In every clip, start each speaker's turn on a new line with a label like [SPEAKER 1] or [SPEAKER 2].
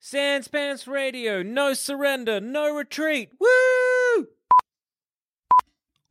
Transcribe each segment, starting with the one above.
[SPEAKER 1] Sans Pants Radio, no surrender, no retreat. Woo!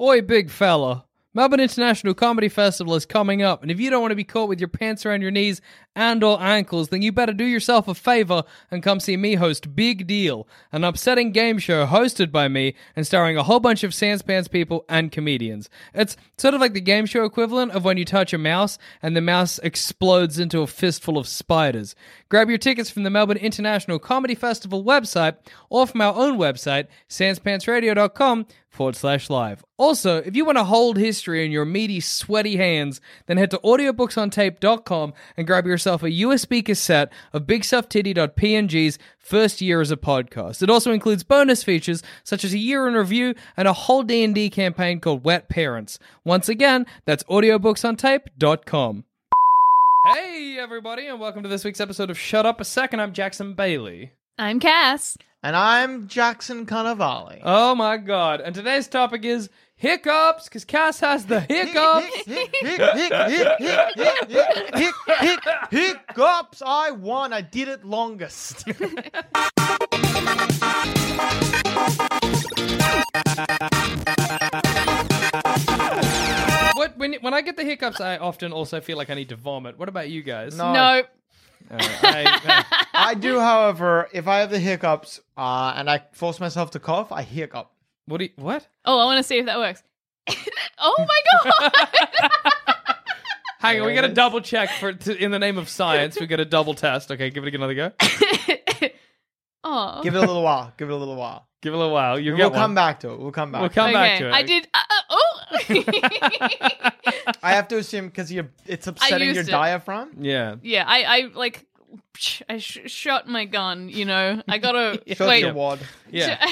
[SPEAKER 2] Oi, big fella. Melbourne International Comedy Festival is coming up, and if you don't want to be caught with your pants around your knees and or ankles, then you better do yourself a favor and come see me host Big Deal, an upsetting game show hosted by me and starring a whole bunch of sans pants people and comedians. It's sort of like the game show equivalent of when you touch a mouse and the mouse explodes into a fistful of spiders. Grab your tickets from the Melbourne International Comedy Festival website or from our own website, sanspantsradio.com forward slash live. Also, if you want to hold history in your meaty, sweaty hands, then head to audiobooksontape.com and grab yourself a USB cassette of BigStuffTitty.png's first year as a podcast. It also includes bonus features such as a year in review and a whole D&D campaign called Wet Parents. Once again, that's audiobooksontape.com. Hey everybody, and welcome to this week's episode of Shut Up a Second. I'm Jackson Bailey.
[SPEAKER 3] I'm Cass.
[SPEAKER 4] And I'm Jackson Cannavale.
[SPEAKER 2] Oh my god. And today's topic is hiccups, because Cass has the hiccups.
[SPEAKER 4] Hiccups. I won. I did it longest.
[SPEAKER 2] what when when I get the hiccups, I often also feel like I need to vomit. What about you guys?
[SPEAKER 4] No.
[SPEAKER 3] no,
[SPEAKER 2] Uh, I- uh,
[SPEAKER 4] I do, however, if I have the hiccups uh, and I force myself to cough, I hiccup.
[SPEAKER 2] what? Do you, what?
[SPEAKER 3] Oh, I want to see if that works. oh my god!
[SPEAKER 2] Hang on, we got to double check for to, in the name of science. We got to double test. Okay, give it another go.
[SPEAKER 3] oh,
[SPEAKER 4] Give it a little while. Give it a little while.
[SPEAKER 2] Give it a little while. You'll
[SPEAKER 4] We'll
[SPEAKER 2] get
[SPEAKER 4] come
[SPEAKER 2] one.
[SPEAKER 4] back to it. We'll come back.
[SPEAKER 2] We'll come back to it.
[SPEAKER 3] I did. Uh, uh, oh,
[SPEAKER 4] I have to assume because it's upsetting
[SPEAKER 3] used
[SPEAKER 4] your
[SPEAKER 3] it.
[SPEAKER 4] diaphragm.
[SPEAKER 2] Yeah.
[SPEAKER 3] yeah. I, I like, psh, I sh- shot my gun. You know, I gotta
[SPEAKER 4] Shut
[SPEAKER 3] wait.
[SPEAKER 4] your wad.
[SPEAKER 2] Yeah.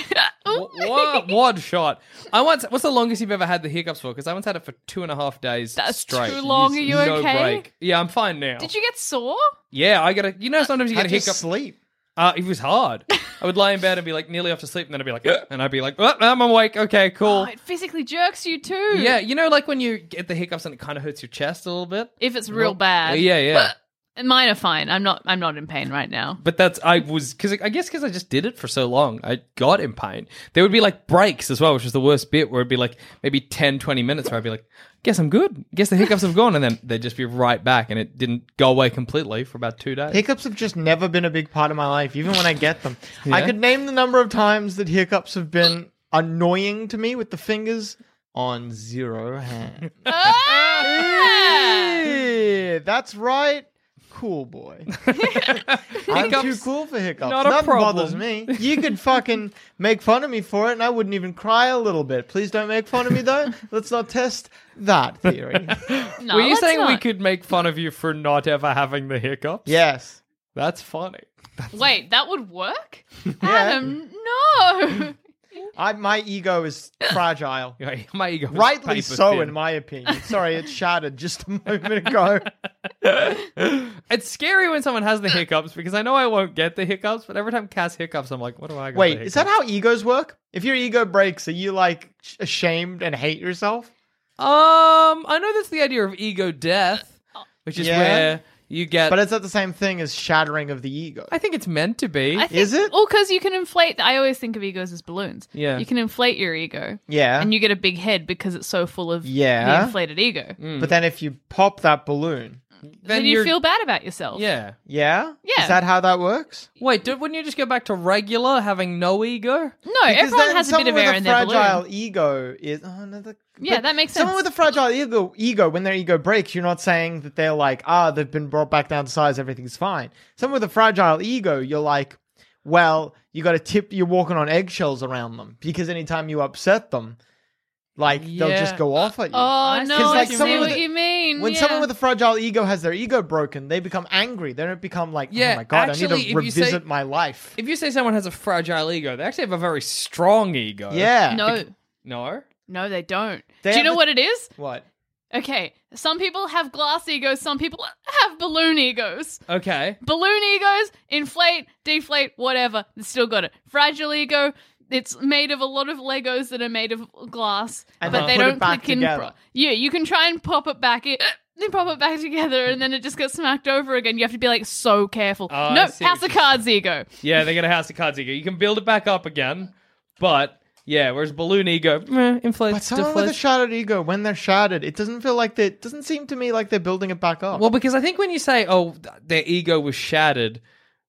[SPEAKER 3] Oh.
[SPEAKER 2] What wad shot? I once. What's the longest you've ever had the hiccups for? Because I once had it for two and a half days
[SPEAKER 3] That's
[SPEAKER 2] straight.
[SPEAKER 3] too long. Are you
[SPEAKER 2] no
[SPEAKER 3] okay?
[SPEAKER 2] break. Yeah, I'm fine now.
[SPEAKER 3] Did you get sore?
[SPEAKER 2] Yeah, I got a. You know, sometimes you
[SPEAKER 4] How
[SPEAKER 2] get a
[SPEAKER 4] do you
[SPEAKER 2] hiccup.
[SPEAKER 4] sleep?
[SPEAKER 2] Uh, it was hard. I would lie in bed and be like nearly off to sleep, and then I'd be like, "Ugh," and I'd be like, oh, I'm awake. Okay,
[SPEAKER 3] Oh,
[SPEAKER 2] cool.
[SPEAKER 3] it physically jerks you too.
[SPEAKER 2] yeah, you know, like when you get the hiccups and it kind of hurts your chest a little bit. Uh,
[SPEAKER 3] If it's real bad.
[SPEAKER 2] Yeah, yeah.
[SPEAKER 3] And mine are fine. I'm not. I'm not in pain right now.
[SPEAKER 2] But that's I was because I guess because I just did it for so long, I got in pain. There would be like breaks as well, which was the worst bit, where it'd be like maybe 10, 20 minutes, where I'd be like, "Guess I'm good. Guess the hiccups have gone," and then they'd just be right back, and it didn't go away completely for about two days.
[SPEAKER 4] Hiccups have just never been a big part of my life, even when I get them. I could name the number of times that hiccups have been annoying to me with the fingers on zero hand.
[SPEAKER 3] Ah!
[SPEAKER 4] Yeah, that's right. Cool boy. I'm too
[SPEAKER 2] Hiccups,
[SPEAKER 4] cool for hiccups.
[SPEAKER 2] not a
[SPEAKER 4] Nothing
[SPEAKER 2] problem.
[SPEAKER 4] bothers me. You could fucking make fun of me for it, and I wouldn't even cry a little bit. Please don't make fun of me, though. Let's not test that theory.
[SPEAKER 3] no,
[SPEAKER 2] Were you
[SPEAKER 3] let's
[SPEAKER 2] saying we
[SPEAKER 3] Oh, not.
[SPEAKER 2] could make fun of you for not ever having the hiccups?
[SPEAKER 4] yes.
[SPEAKER 2] That's funny.
[SPEAKER 3] Wait, that would work, Adam. No.
[SPEAKER 4] I, my ego is fragile.
[SPEAKER 2] My ego is
[SPEAKER 4] Rightly
[SPEAKER 2] paper
[SPEAKER 4] so,
[SPEAKER 2] thin.
[SPEAKER 4] in my opinion. Sorry, it shattered just a moment ago.
[SPEAKER 2] It's scary when someone has the hiccups because I know I won't get the hiccups, but every time Cass hiccups, I'm like, what do I got?
[SPEAKER 4] Wait,
[SPEAKER 2] the
[SPEAKER 4] is that
[SPEAKER 2] hiccups?
[SPEAKER 4] how egos work? If your ego breaks, are you like sh- ashamed and hate yourself?
[SPEAKER 2] Um, I know that's the idea of ego death, which is
[SPEAKER 4] Yeah.
[SPEAKER 2] where You get.
[SPEAKER 4] But it's not the same thing as shattering of the ego.
[SPEAKER 2] I think it's meant to be.
[SPEAKER 3] I think,
[SPEAKER 4] Is it?
[SPEAKER 3] Oh, because you can inflate. I always think of egos as balloons.
[SPEAKER 2] Yeah.
[SPEAKER 3] You can inflate your ego.
[SPEAKER 4] Yeah.
[SPEAKER 3] And you get a big head because it's so full of
[SPEAKER 4] Yeah. Mm.
[SPEAKER 3] the inflated ego.
[SPEAKER 4] But then if you pop that balloon,
[SPEAKER 3] Then, you feel bad about yourself.
[SPEAKER 2] Yeah.
[SPEAKER 4] yeah?
[SPEAKER 3] Yeah.
[SPEAKER 4] Is that how that works?
[SPEAKER 2] Wait, do, wouldn't you just go back to regular, having no ego?
[SPEAKER 3] No,
[SPEAKER 4] Because
[SPEAKER 3] everyone
[SPEAKER 4] then
[SPEAKER 3] has a bit
[SPEAKER 4] someone
[SPEAKER 3] of air
[SPEAKER 4] with
[SPEAKER 3] in
[SPEAKER 4] a
[SPEAKER 3] their
[SPEAKER 4] fragile
[SPEAKER 3] balloon.
[SPEAKER 4] ego is. Oh, no, the,
[SPEAKER 3] Yeah,
[SPEAKER 4] but
[SPEAKER 3] that makes
[SPEAKER 4] Someone
[SPEAKER 3] sense.
[SPEAKER 4] with a fragile ego, ego, when their ego breaks, you're not saying that they're like, ah, they've been brought back down to size, everything's fine. Someone with a fragile ego, you're like, well, you got to tip, you're walking on eggshells around them because anytime you upset them, like they'll just
[SPEAKER 2] Yeah.
[SPEAKER 4] go off at you.
[SPEAKER 3] Oh no,
[SPEAKER 4] Because,
[SPEAKER 3] I
[SPEAKER 4] like,
[SPEAKER 3] see
[SPEAKER 4] someone
[SPEAKER 3] what
[SPEAKER 4] with a-
[SPEAKER 3] you mean.
[SPEAKER 4] when
[SPEAKER 3] yeah.
[SPEAKER 4] someone with a fragile ego has their ego broken, they become angry. They don't become like,
[SPEAKER 2] Yeah,
[SPEAKER 4] oh my god,
[SPEAKER 2] actually,
[SPEAKER 4] I
[SPEAKER 2] if
[SPEAKER 4] need
[SPEAKER 2] you
[SPEAKER 4] to revisit
[SPEAKER 2] say-
[SPEAKER 4] my life.
[SPEAKER 2] If you say someone has a fragile ego, they actually have a very strong ego.
[SPEAKER 4] Yeah.
[SPEAKER 3] no,
[SPEAKER 2] No?
[SPEAKER 3] no, they don't. Do
[SPEAKER 4] They
[SPEAKER 3] you
[SPEAKER 4] have
[SPEAKER 3] know
[SPEAKER 4] the-
[SPEAKER 3] what it is?
[SPEAKER 4] What?
[SPEAKER 3] Okay, some people have glass egos, some people have balloon egos.
[SPEAKER 2] Okay.
[SPEAKER 3] Balloon egos inflate, deflate, whatever. They still got it. Fragile ego. It's made of a lot of Legos that are made of glass,
[SPEAKER 4] And
[SPEAKER 3] but
[SPEAKER 4] then
[SPEAKER 3] they
[SPEAKER 4] put it
[SPEAKER 3] don't
[SPEAKER 4] back
[SPEAKER 3] click in.
[SPEAKER 4] together.
[SPEAKER 3] pro- yeah, you can try and pop it back in. Then pop it back together, and then it just gets smacked over again. You have to be like so careful.
[SPEAKER 2] Oh, I
[SPEAKER 3] no,
[SPEAKER 2] see
[SPEAKER 3] House
[SPEAKER 2] what
[SPEAKER 3] of
[SPEAKER 2] you're
[SPEAKER 3] Cards ego.
[SPEAKER 2] Yeah, they get a house of cards ego. You can build it back up again, but yeah, whereas balloon ego meh, inflates,
[SPEAKER 4] But someone with a
[SPEAKER 2] deflates.
[SPEAKER 4] shattered ego, when they're shattered, it doesn't feel like they. It doesn't seem to me like they're building it back up.
[SPEAKER 2] well, because I think when you say, "Oh, th- their ego was shattered,"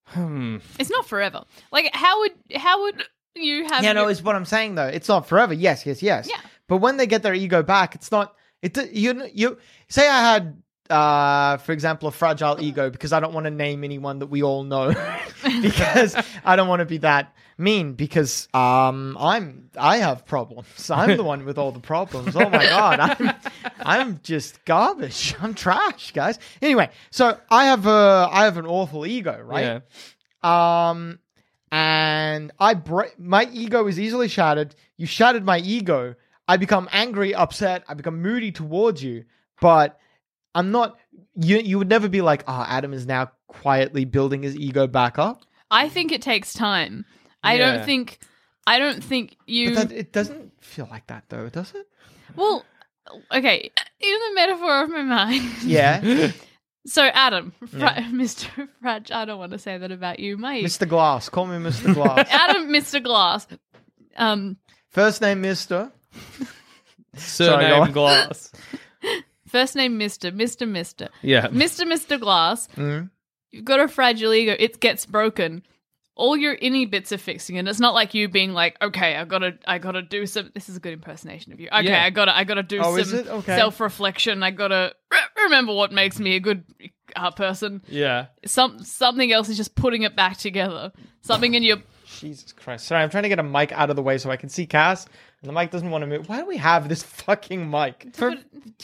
[SPEAKER 2] hmm.
[SPEAKER 3] It's not forever. Like how would how would you have?
[SPEAKER 4] yeah, no,
[SPEAKER 3] your-
[SPEAKER 4] it's what I'm saying though. It's not forever. Yes, yes, yes.
[SPEAKER 3] Yeah.
[SPEAKER 4] But when they get their ego back, it's not. It do- you you say I had. Uh, for example, a fragile ego because I don't want to name anyone that we all know because I don't want to be that mean because um I'm I have problems I'm the one with all the problems oh my god I'm I'm just garbage I'm trash guys anyway so I have a I have an awful ego right
[SPEAKER 2] Yeah.
[SPEAKER 4] um, and I bra- my ego is easily shattered. You shattered my ego. I become angry, upset. I become moody towards you. But I'm not. You you would never be like, oh, Adam is now quietly building his ego back up.
[SPEAKER 3] I think it takes time. I
[SPEAKER 2] Yeah.
[SPEAKER 3] don't think. I don't think you.
[SPEAKER 4] But that, it doesn't feel like that though, does it?
[SPEAKER 3] Well, okay, in the metaphor of my mind.
[SPEAKER 4] Yeah,
[SPEAKER 3] So, Adam, fra- Mr. Fragile, I don't want to say that about you, mate.
[SPEAKER 4] Mr. Glass. Call me Mr. Glass.
[SPEAKER 3] Adam, Mr. Glass. Um,
[SPEAKER 4] First name Mr.
[SPEAKER 2] surname
[SPEAKER 4] go on.
[SPEAKER 2] glass.
[SPEAKER 3] first name Mr. Mr. Mr.
[SPEAKER 2] Yeah,
[SPEAKER 3] Mr. Mr. Glass.
[SPEAKER 4] Mm.
[SPEAKER 3] You've got a fragile ego. It gets broken. All your innie bits are fixing, and it's not like you being like, "Okay, I gotta, I gotta do some." This is a good impersonation of you. Okay,
[SPEAKER 2] Yeah.
[SPEAKER 3] I gotta, I gotta do
[SPEAKER 4] Oh, is
[SPEAKER 3] some
[SPEAKER 4] it? Okay.
[SPEAKER 3] self-reflection. I gotta re- remember what makes me a good uh, person.
[SPEAKER 2] yeah.
[SPEAKER 3] some something else is just putting it back together. Something in your
[SPEAKER 4] Jesus Christ! Sorry, I'm trying to get a mic out of the way so I can see Cass. And the mic doesn't want to move. Why do we have this fucking mic?
[SPEAKER 2] For, do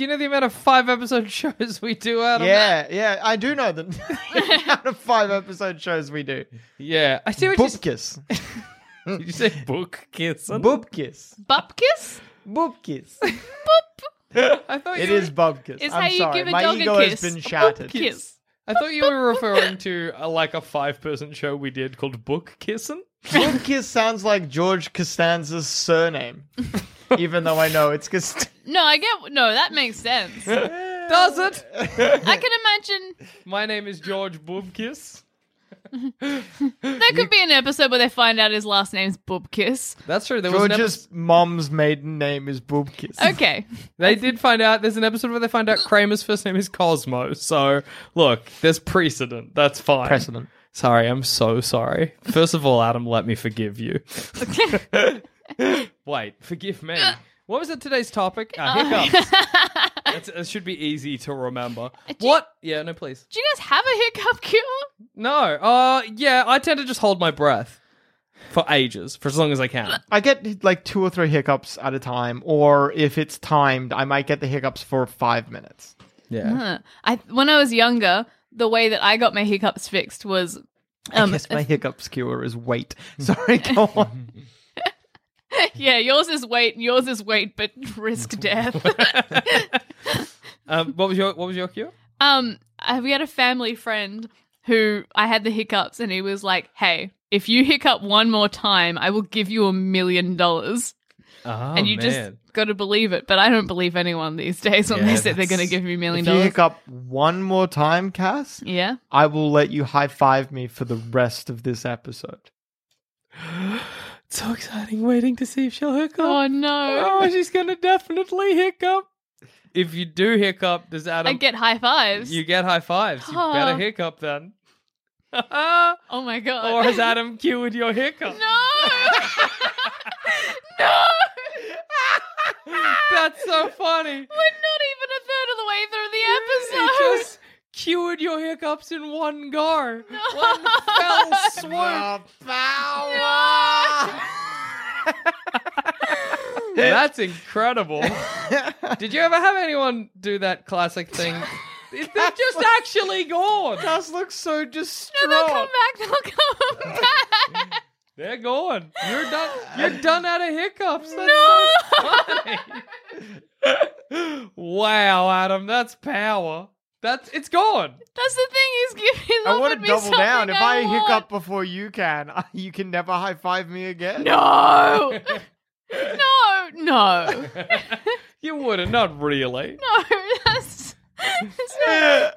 [SPEAKER 2] you know the amount of five episode shows we do out of
[SPEAKER 4] Yeah, yeah, I do know them. Out of five episode shows we do.
[SPEAKER 2] Yeah, I see what you.
[SPEAKER 4] Boop
[SPEAKER 2] s-
[SPEAKER 4] kiss.
[SPEAKER 2] Did you say book kiss?
[SPEAKER 4] Boop kiss.
[SPEAKER 3] bup kiss.
[SPEAKER 4] Boop kiss.
[SPEAKER 2] I thought
[SPEAKER 4] It
[SPEAKER 2] you were-
[SPEAKER 4] is bub kiss.
[SPEAKER 3] Is
[SPEAKER 4] I'm
[SPEAKER 3] how you
[SPEAKER 4] sorry.
[SPEAKER 3] give a
[SPEAKER 4] My
[SPEAKER 3] dog
[SPEAKER 4] ego
[SPEAKER 3] a kiss.
[SPEAKER 4] has been
[SPEAKER 3] A boop
[SPEAKER 4] shattered.
[SPEAKER 3] kiss.
[SPEAKER 2] I thought you were referring to uh, like a five person show we did called Book Kissin'.
[SPEAKER 4] Boop kiss sounds like George Costanza's surname. Even though I know it's Costanza.
[SPEAKER 3] No, I get no. That makes sense. I
[SPEAKER 2] Does it?
[SPEAKER 3] can imagine
[SPEAKER 2] My name is George Boobkiss.
[SPEAKER 3] there could be an episode where they find out his last name's Bub Kiss.
[SPEAKER 2] That's true. There was an episode.
[SPEAKER 4] George's mom's maiden name is Boop kiss.
[SPEAKER 3] Okay,
[SPEAKER 2] They did find out. There's an episode where they find out Kramer's first name is Cosmo. So look, there's precedent. That's fine.
[SPEAKER 4] Precedent.
[SPEAKER 2] Sorry, I'm so sorry. First of all, Adam, let me forgive you. Wait, forgive me. What was it today's topic? Uh, hiccups. That's, it should be easy to remember.
[SPEAKER 3] Uh,
[SPEAKER 2] What? Yeah, no, please.
[SPEAKER 3] do you guys have a hiccup cure?
[SPEAKER 2] No. Uh, yeah, I tend to just hold my breath for ages, for as long as I can.
[SPEAKER 4] I get like two or three hiccups at a time, or if it's timed, I might get the hiccups for five minutes.
[SPEAKER 2] Yeah.
[SPEAKER 3] Huh. Uh, I when I was younger, the way that I got my hiccups fixed was
[SPEAKER 4] I
[SPEAKER 3] Um,
[SPEAKER 4] guess my hiccups cure is wait. Sorry, go on.
[SPEAKER 3] yeah, yours is wait, yours is wait, but risk death.
[SPEAKER 2] Um, what was your What was your cue?
[SPEAKER 3] Um, I- we had a family friend who I had the hiccups, and he was like, "Hey, if you hiccup one more time, I will give you a million dollars."
[SPEAKER 2] Oh,
[SPEAKER 3] and you
[SPEAKER 2] man.
[SPEAKER 3] just got to believe it. But I don't believe anyone these days when
[SPEAKER 2] Yeah,
[SPEAKER 3] they say they're going to
[SPEAKER 2] that's-
[SPEAKER 3] give me a million
[SPEAKER 4] If you
[SPEAKER 3] dollars.
[SPEAKER 4] hiccup one more time, Cass,
[SPEAKER 3] Yeah.
[SPEAKER 4] I will let you high five me for the rest of this episode.
[SPEAKER 2] so exciting waiting to see if she'll hiccup.
[SPEAKER 3] Oh no!
[SPEAKER 2] Oh, she's gonna definitely hiccup. If you do hiccup, does Adam?
[SPEAKER 3] I get high fives.
[SPEAKER 2] you get high fives. You better
[SPEAKER 3] Oh.
[SPEAKER 2] hiccup then.
[SPEAKER 3] oh my god!
[SPEAKER 2] or has Adam cured your hiccup?
[SPEAKER 3] no! no!
[SPEAKER 2] That's so funny.
[SPEAKER 3] We're not even a third of the way through the
[SPEAKER 2] He
[SPEAKER 3] episode.
[SPEAKER 2] just cured your hiccups in one gar, one fell swoop. That's incredible. Did you ever have anyone do that classic thing? They're just actually gone.
[SPEAKER 4] Cass looks so distraught.
[SPEAKER 3] They'll come back. They'll come back.
[SPEAKER 2] They're gone. You're done. You're done out of hiccups. That's so funny. wow, Adam, that's power. That's it's gone.
[SPEAKER 3] That's the thing. He's giving.
[SPEAKER 4] I want to
[SPEAKER 3] me
[SPEAKER 4] double
[SPEAKER 3] something
[SPEAKER 4] down. If I,
[SPEAKER 3] want.
[SPEAKER 4] hiccup before you can, you can never high five me again.
[SPEAKER 3] No. no. No.
[SPEAKER 2] You wouldn't, not really.
[SPEAKER 3] No. That's. that's not,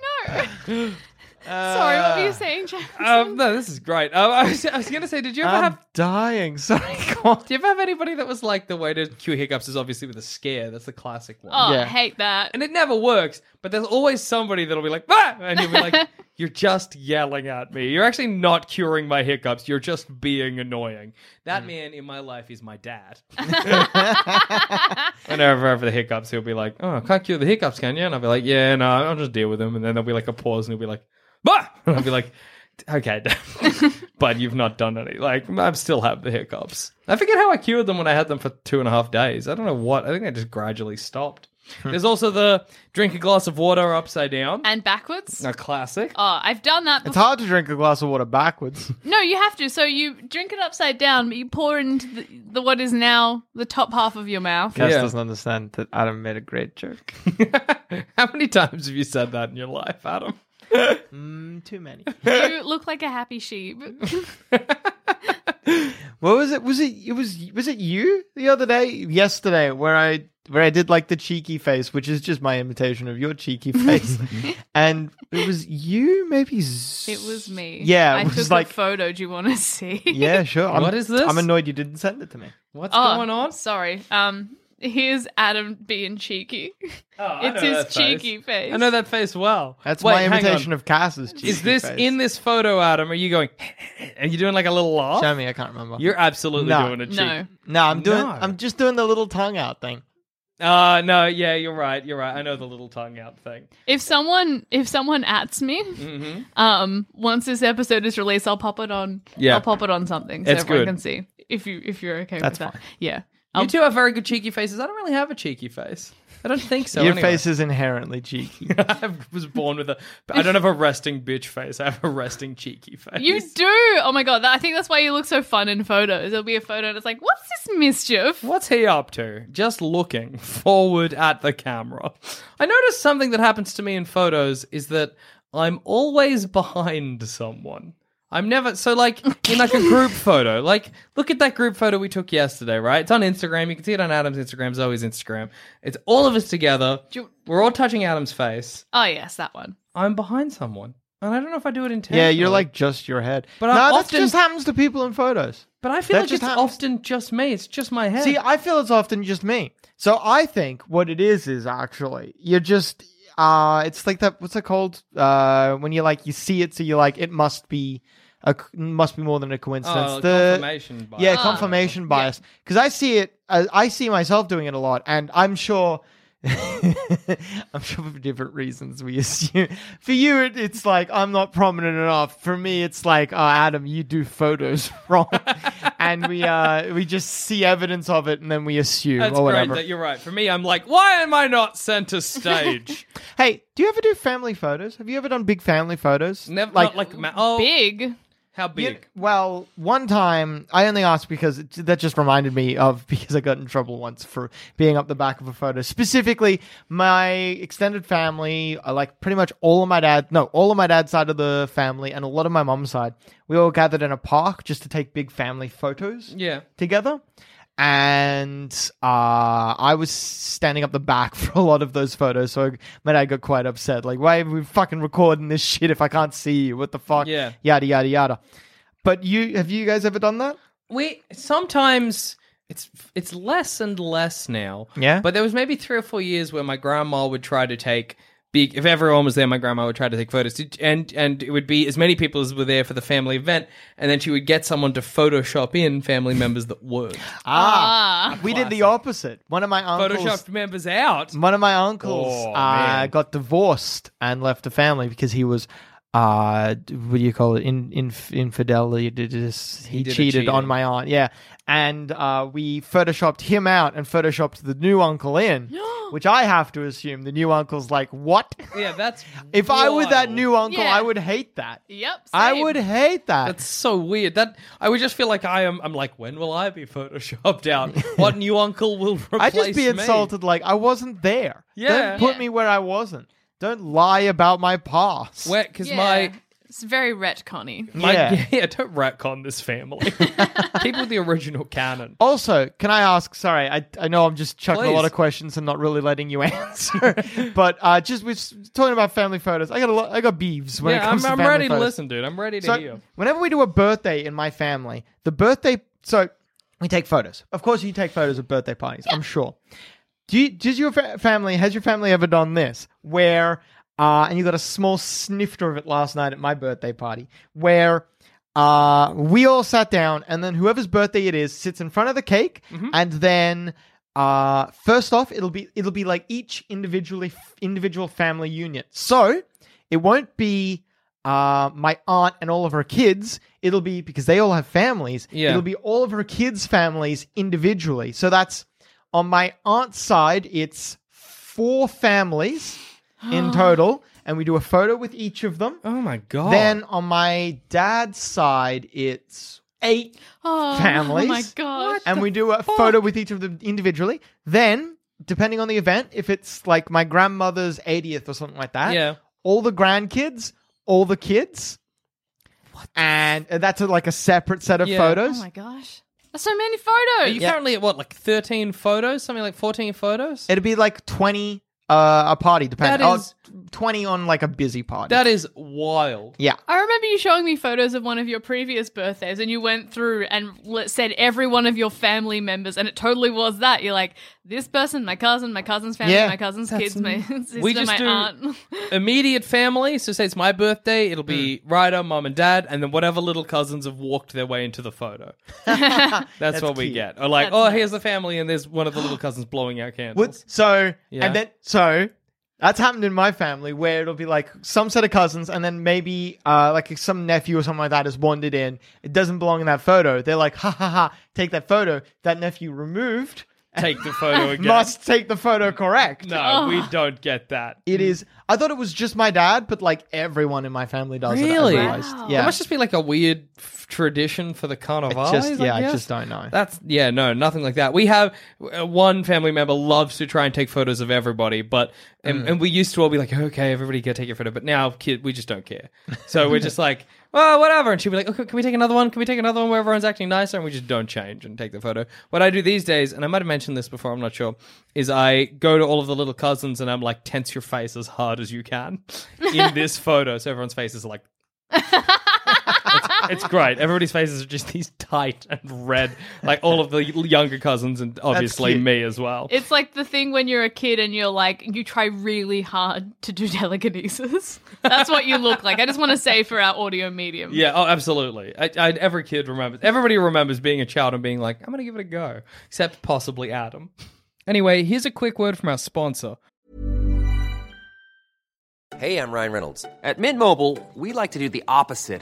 [SPEAKER 3] no. Sorry. What were you saying, James?
[SPEAKER 2] Um, no, this is great. Um, I was, I was gonna say, did you ever
[SPEAKER 4] I'm
[SPEAKER 2] have?
[SPEAKER 4] dying. Sorry, go on.
[SPEAKER 2] Do you ever have anybody that was like the way to cue hiccups is obviously with a scare? That's the classic one.
[SPEAKER 3] oh,
[SPEAKER 4] yeah.
[SPEAKER 3] I hate that.
[SPEAKER 2] and it never works. But there's always somebody that'll be like, ah! and you'll be like, you're just yelling at me. You're actually not curing my hiccups. You're just being annoying. That man in my life is my dad. and over over the hiccups, he'll be like, oh, I can't cure the hiccups, can you? And I'll be like, yeah, no, I'll just deal with them. And then there'll be like a pause, and he'll be like, bah! and I'll be like. Okay, Dad. but you've not done any. Like, I still have the hiccups. I forget how I cured them when I had them for two and a half days. I don't know what. I think I just gradually stopped. There's also the drink a glass of water upside down.
[SPEAKER 3] and backwards.
[SPEAKER 2] A classic.
[SPEAKER 3] Oh, I've done that
[SPEAKER 4] It's
[SPEAKER 3] before.
[SPEAKER 4] hard to drink a glass of water backwards.
[SPEAKER 3] No, you have to. So you drink it upside down, but you pour into the, the what is now the top half of your mouth.
[SPEAKER 4] Cass
[SPEAKER 2] Yeah.
[SPEAKER 4] doesn't understand that Adam made a great joke.
[SPEAKER 2] how many times have you said that in your life, Adam?
[SPEAKER 4] Mm, too many.
[SPEAKER 3] You look like a happy sheep.
[SPEAKER 4] What was it? Was it? It was. Was it you the other day? Yesterday, where I where I did like the cheeky face, which is just my imitation of your cheeky face, and it was you. Maybe Z-
[SPEAKER 3] It was me.
[SPEAKER 4] Yeah,
[SPEAKER 3] I
[SPEAKER 4] it was
[SPEAKER 3] took
[SPEAKER 4] like.
[SPEAKER 3] a photo. Do you want to see?
[SPEAKER 4] yeah, sure. I'm,
[SPEAKER 2] What is this?
[SPEAKER 4] I'm annoyed you didn't send it to me.
[SPEAKER 2] What's
[SPEAKER 3] Oh,
[SPEAKER 2] going on?
[SPEAKER 3] Sorry. Um, here's Adam being cheeky. it's
[SPEAKER 2] Oh, know
[SPEAKER 3] his
[SPEAKER 2] that face.
[SPEAKER 3] cheeky face.
[SPEAKER 2] I know that face well.
[SPEAKER 4] That's
[SPEAKER 2] Wait,
[SPEAKER 4] my
[SPEAKER 2] hang on.
[SPEAKER 4] imitation of Cass's cheeky
[SPEAKER 2] Is this
[SPEAKER 4] face.
[SPEAKER 2] in this photo, Adam? Are you going? Are you doing like a little laugh?
[SPEAKER 4] Show me. I can't remember.
[SPEAKER 2] You're absolutely
[SPEAKER 4] No.
[SPEAKER 2] doing a cheek.
[SPEAKER 3] No.
[SPEAKER 4] no, I'm doing.
[SPEAKER 2] No.
[SPEAKER 4] I'm just doing the little tongue out thing.
[SPEAKER 2] Uh, no, yeah, you're right. You're right. I know the little tongue out thing.
[SPEAKER 3] If someone if someone ats me, um, once this episode is released, I'll pop it on.
[SPEAKER 2] Yeah.
[SPEAKER 3] I'll pop it on something so
[SPEAKER 2] It's
[SPEAKER 3] everyone
[SPEAKER 2] good.
[SPEAKER 3] can see. If you if you're okay
[SPEAKER 4] That's
[SPEAKER 3] with that,
[SPEAKER 4] fine.
[SPEAKER 3] yeah. Um,
[SPEAKER 2] You two have very good cheeky faces. I don't really have a cheeky face. I don't think so.
[SPEAKER 4] Your
[SPEAKER 2] anyway.
[SPEAKER 4] face is inherently cheeky.
[SPEAKER 2] I was born with a. I don't have a resting bitch face. I have a resting cheeky face.
[SPEAKER 3] You do. Oh my god! That, I think that's why you look so fun in photos. There'll be a photo and it's like, what's this mischief?
[SPEAKER 2] What's he up to? Just looking forward at the camera. I noticed something that happens to me in photos is that I'm always behind someone. I'm never so like in like a group photo. Like look at that group photo we took yesterday, right? It's on Instagram. You can see it on Adam's Instagram, Zoe's Instagram. It's all of us together.
[SPEAKER 3] you-
[SPEAKER 2] We're all touching Adam's face.
[SPEAKER 3] Oh yes, that one.
[SPEAKER 2] I'm behind someone. And I don't know if I do it intentionally.
[SPEAKER 4] yeah, you're like just your head.
[SPEAKER 2] But
[SPEAKER 4] no,
[SPEAKER 2] I'm
[SPEAKER 4] that
[SPEAKER 2] often-
[SPEAKER 4] just happens to people in photos.
[SPEAKER 2] But I feel
[SPEAKER 4] That
[SPEAKER 2] like
[SPEAKER 4] just
[SPEAKER 2] it's
[SPEAKER 4] happens.
[SPEAKER 2] often just me. It's just my head.
[SPEAKER 4] See, I feel it's often just me. So I think what it is is actually you're just uh it's like that what's it called? Uh when you like you see it so you're like it must be a c- must be more than a coincidence.
[SPEAKER 2] oh,
[SPEAKER 4] The-
[SPEAKER 2] confirmation bias.
[SPEAKER 4] Yeah, confirmation bias. Cuz I see it I, I see myself doing it a lot and I'm sure I'm sure for different reasons we assume. For you, it, it's like I'm not prominent enough. For me, it's like, oh, Adam, you do photos wrong, and we uh, we just see evidence of it, and then we assume
[SPEAKER 2] That's
[SPEAKER 4] or
[SPEAKER 2] great
[SPEAKER 4] whatever.
[SPEAKER 2] that you're right. For me, I'm like, why am I not center stage?
[SPEAKER 4] Hey, do you ever do family photos? Have you ever done big family photos?
[SPEAKER 2] Never
[SPEAKER 4] Like-
[SPEAKER 2] like, not like ma- oh,
[SPEAKER 3] Big.
[SPEAKER 2] how big?
[SPEAKER 4] You- well, one time I only asked because it, that just reminded me of because I got in trouble once for being up the back of a photo. Specifically, my extended family, uh, like pretty much all of my dad, no, all of my dad's side of the family and a lot of my mom's side, we all gathered in a park just to take big family photos
[SPEAKER 2] Yeah.
[SPEAKER 4] together. and uh, I was standing up the back for a lot of those photos. So my dad got quite upset. Like, why are we fucking recording this shit if I can't see you? What the fuck?
[SPEAKER 2] Yeah.
[SPEAKER 4] Yada yada yada. But you have you guys ever done that?
[SPEAKER 2] we sometimes it's it's less and less now.
[SPEAKER 4] Yeah.
[SPEAKER 2] But there was maybe three or four years where my grandma would try to take big. If everyone was there, my grandma would try to take photos, Did- and and it would be as many people as were there for the family event, and then she would get someone to Photoshop in family members that were
[SPEAKER 3] Ah.
[SPEAKER 4] we did the opposite. One of my uncles
[SPEAKER 2] Photoshopped members out.
[SPEAKER 4] One of my uncles
[SPEAKER 2] Oh,
[SPEAKER 4] uh,
[SPEAKER 2] man.
[SPEAKER 4] got divorced and left the family because he was, uh, d- what do you call it, in, in infidelity? Did this- He,
[SPEAKER 2] did a
[SPEAKER 4] cheated on
[SPEAKER 2] cheating.
[SPEAKER 4] my aunt, yeah. And uh, we photoshopped him out and photoshopped the new uncle in, which I have to assume the new uncle's like, what?
[SPEAKER 2] Yeah, that's
[SPEAKER 4] if I were that
[SPEAKER 2] wild.
[SPEAKER 4] new uncle,
[SPEAKER 3] Yeah.
[SPEAKER 4] I would hate that.
[SPEAKER 3] Yep.
[SPEAKER 4] I
[SPEAKER 3] same.
[SPEAKER 4] would hate that.
[SPEAKER 2] That's so weird. That I would just feel like I am. I'm like, when will I be photoshopped out? What new uncle will replace
[SPEAKER 4] I'd just be
[SPEAKER 2] me?
[SPEAKER 4] insulted like I wasn't there.
[SPEAKER 2] Yeah.
[SPEAKER 4] Don't put
[SPEAKER 3] Yeah.
[SPEAKER 4] me where I wasn't. Don't lie about my past.
[SPEAKER 2] Because
[SPEAKER 3] Yeah.
[SPEAKER 2] my
[SPEAKER 3] It's very retconny.
[SPEAKER 2] My,
[SPEAKER 4] Yeah.
[SPEAKER 2] yeah. don't retcon this family. Keep with the original canon.
[SPEAKER 4] Also, can I ask? Sorry, I, I know I'm just chucking a lot
[SPEAKER 2] Please.
[SPEAKER 4] of questions and not really letting you answer. but uh, just we're s- talking about family photos. I got a lot, I got beeves when it
[SPEAKER 2] yeah,
[SPEAKER 4] comes
[SPEAKER 2] I'm,
[SPEAKER 4] to
[SPEAKER 2] I'm
[SPEAKER 4] family
[SPEAKER 2] ready to
[SPEAKER 4] photos.
[SPEAKER 2] listen, dude. I'm ready to
[SPEAKER 4] So
[SPEAKER 2] hear.
[SPEAKER 4] whenever we do a birthday in my family, the birthday so we take photos. Of course, you take photos of birthday parties. I'm sure. Do you, does your fa- family has your family ever done this where uh, and you got a small snifter of it last night at my birthday party where uh, we all sat down and then whoever's birthday it is sits in front of the cake and then uh, first off it'll be it'll be like each individually individual family unit so it won't be uh, my aunt and all of her kids it'll be because they all have families
[SPEAKER 2] Yeah.
[SPEAKER 4] it'll be all of her kids families individually so that's on my aunt's side, it's four families in total, and we do a photo with each of them.
[SPEAKER 2] Oh my god.
[SPEAKER 4] Then on my dad's side, it's eight,
[SPEAKER 3] Oh,
[SPEAKER 4] Families?
[SPEAKER 3] Oh my gosh.
[SPEAKER 4] and we do a photo with each of them individually. Then, depending on the event, if it's like my grandmother's 80th or something like that,
[SPEAKER 2] Yeah.
[SPEAKER 4] all the grandkids, all the kids. And and that's a, like a separate set of
[SPEAKER 2] Yeah.
[SPEAKER 3] Oh
[SPEAKER 4] photos.
[SPEAKER 3] my gosh. That's so many
[SPEAKER 2] Are
[SPEAKER 3] photos.
[SPEAKER 2] you currently at what, like 13 photos? Something like 14 photos?
[SPEAKER 4] It'd be like 20 uh, a party, depending.
[SPEAKER 2] That is-
[SPEAKER 4] oh, 20 on like a busy party.
[SPEAKER 2] that is wild.
[SPEAKER 4] yeah.
[SPEAKER 3] I remember you showing me photos of one of your previous birthdays, and you went through and li- said every one of your family members, and it totally was that. You're like, this person, my cousin, my cousin's family,
[SPEAKER 4] Yeah.
[SPEAKER 3] my cousin's kids, my sister,
[SPEAKER 2] We just
[SPEAKER 3] my
[SPEAKER 2] do-
[SPEAKER 3] aunt.
[SPEAKER 2] Immediate family. So, say it's my birthday, it'll be
[SPEAKER 4] Mm.
[SPEAKER 2] Ryder, mom, and dad, and then whatever little cousins have walked their way into the photo. That's, what we
[SPEAKER 4] cute.
[SPEAKER 2] get. Or, like,
[SPEAKER 3] That's
[SPEAKER 2] oh,
[SPEAKER 3] nice.
[SPEAKER 2] here's the family, and there's one of the little cousins blowing out candles.
[SPEAKER 4] What? So
[SPEAKER 2] Yeah.
[SPEAKER 4] and then so that's happened in my family where it'll be like some set of cousins and then maybe uh, like some nephew or something like that has wandered in. It doesn't belong in that photo. They're like, ha ha ha, take that photo. That nephew removed
[SPEAKER 2] Take the photo again.
[SPEAKER 4] must take the photo correct.
[SPEAKER 2] No, we don't get that.
[SPEAKER 4] It is. I thought it was just my dad, but like everyone in my family does it. I
[SPEAKER 2] Really?
[SPEAKER 4] realized.
[SPEAKER 3] Wow.
[SPEAKER 4] Yeah.
[SPEAKER 2] It must just be like a weird f- tradition for the carnival.
[SPEAKER 4] I just, yeah, I just don't know.
[SPEAKER 2] That's yeah, no, nothing like that. We have uh, one family member loves to try and take photos of everybody, but and,
[SPEAKER 4] Mm.
[SPEAKER 2] and we used to all be like, okay, everybody go take your photo, but now kid, we just don't care. So we're just like, well, whatever. And she'd be like, okay, can we take another one? Can we take another one where everyone's acting nicer? And we just don't change and take the photo. What I do these days, and I might have mentioned this before, I'm not sure, is I go to all of the little cousins and I'm like, tense your face as hard as you can in this photo, so everyone's face is like it's great. Everybody's faces are just these tight and red, like all of the younger cousins and obviously
[SPEAKER 4] cute.
[SPEAKER 2] me as well.
[SPEAKER 3] It's like the thing when you're a kid and you're like, you try really hard to do telekinesis. That's what you look like. I just want to say for our audio medium.
[SPEAKER 2] yeah, oh, absolutely. I, I, every kid remembers. Everybody remembers being a child and being like, "I'm going to give it a go," except possibly Adam. Anyway, here's a quick word from our sponsor.
[SPEAKER 5] Hey, I'm Ryan Reynolds. At Mint Mobile, we like to do the opposite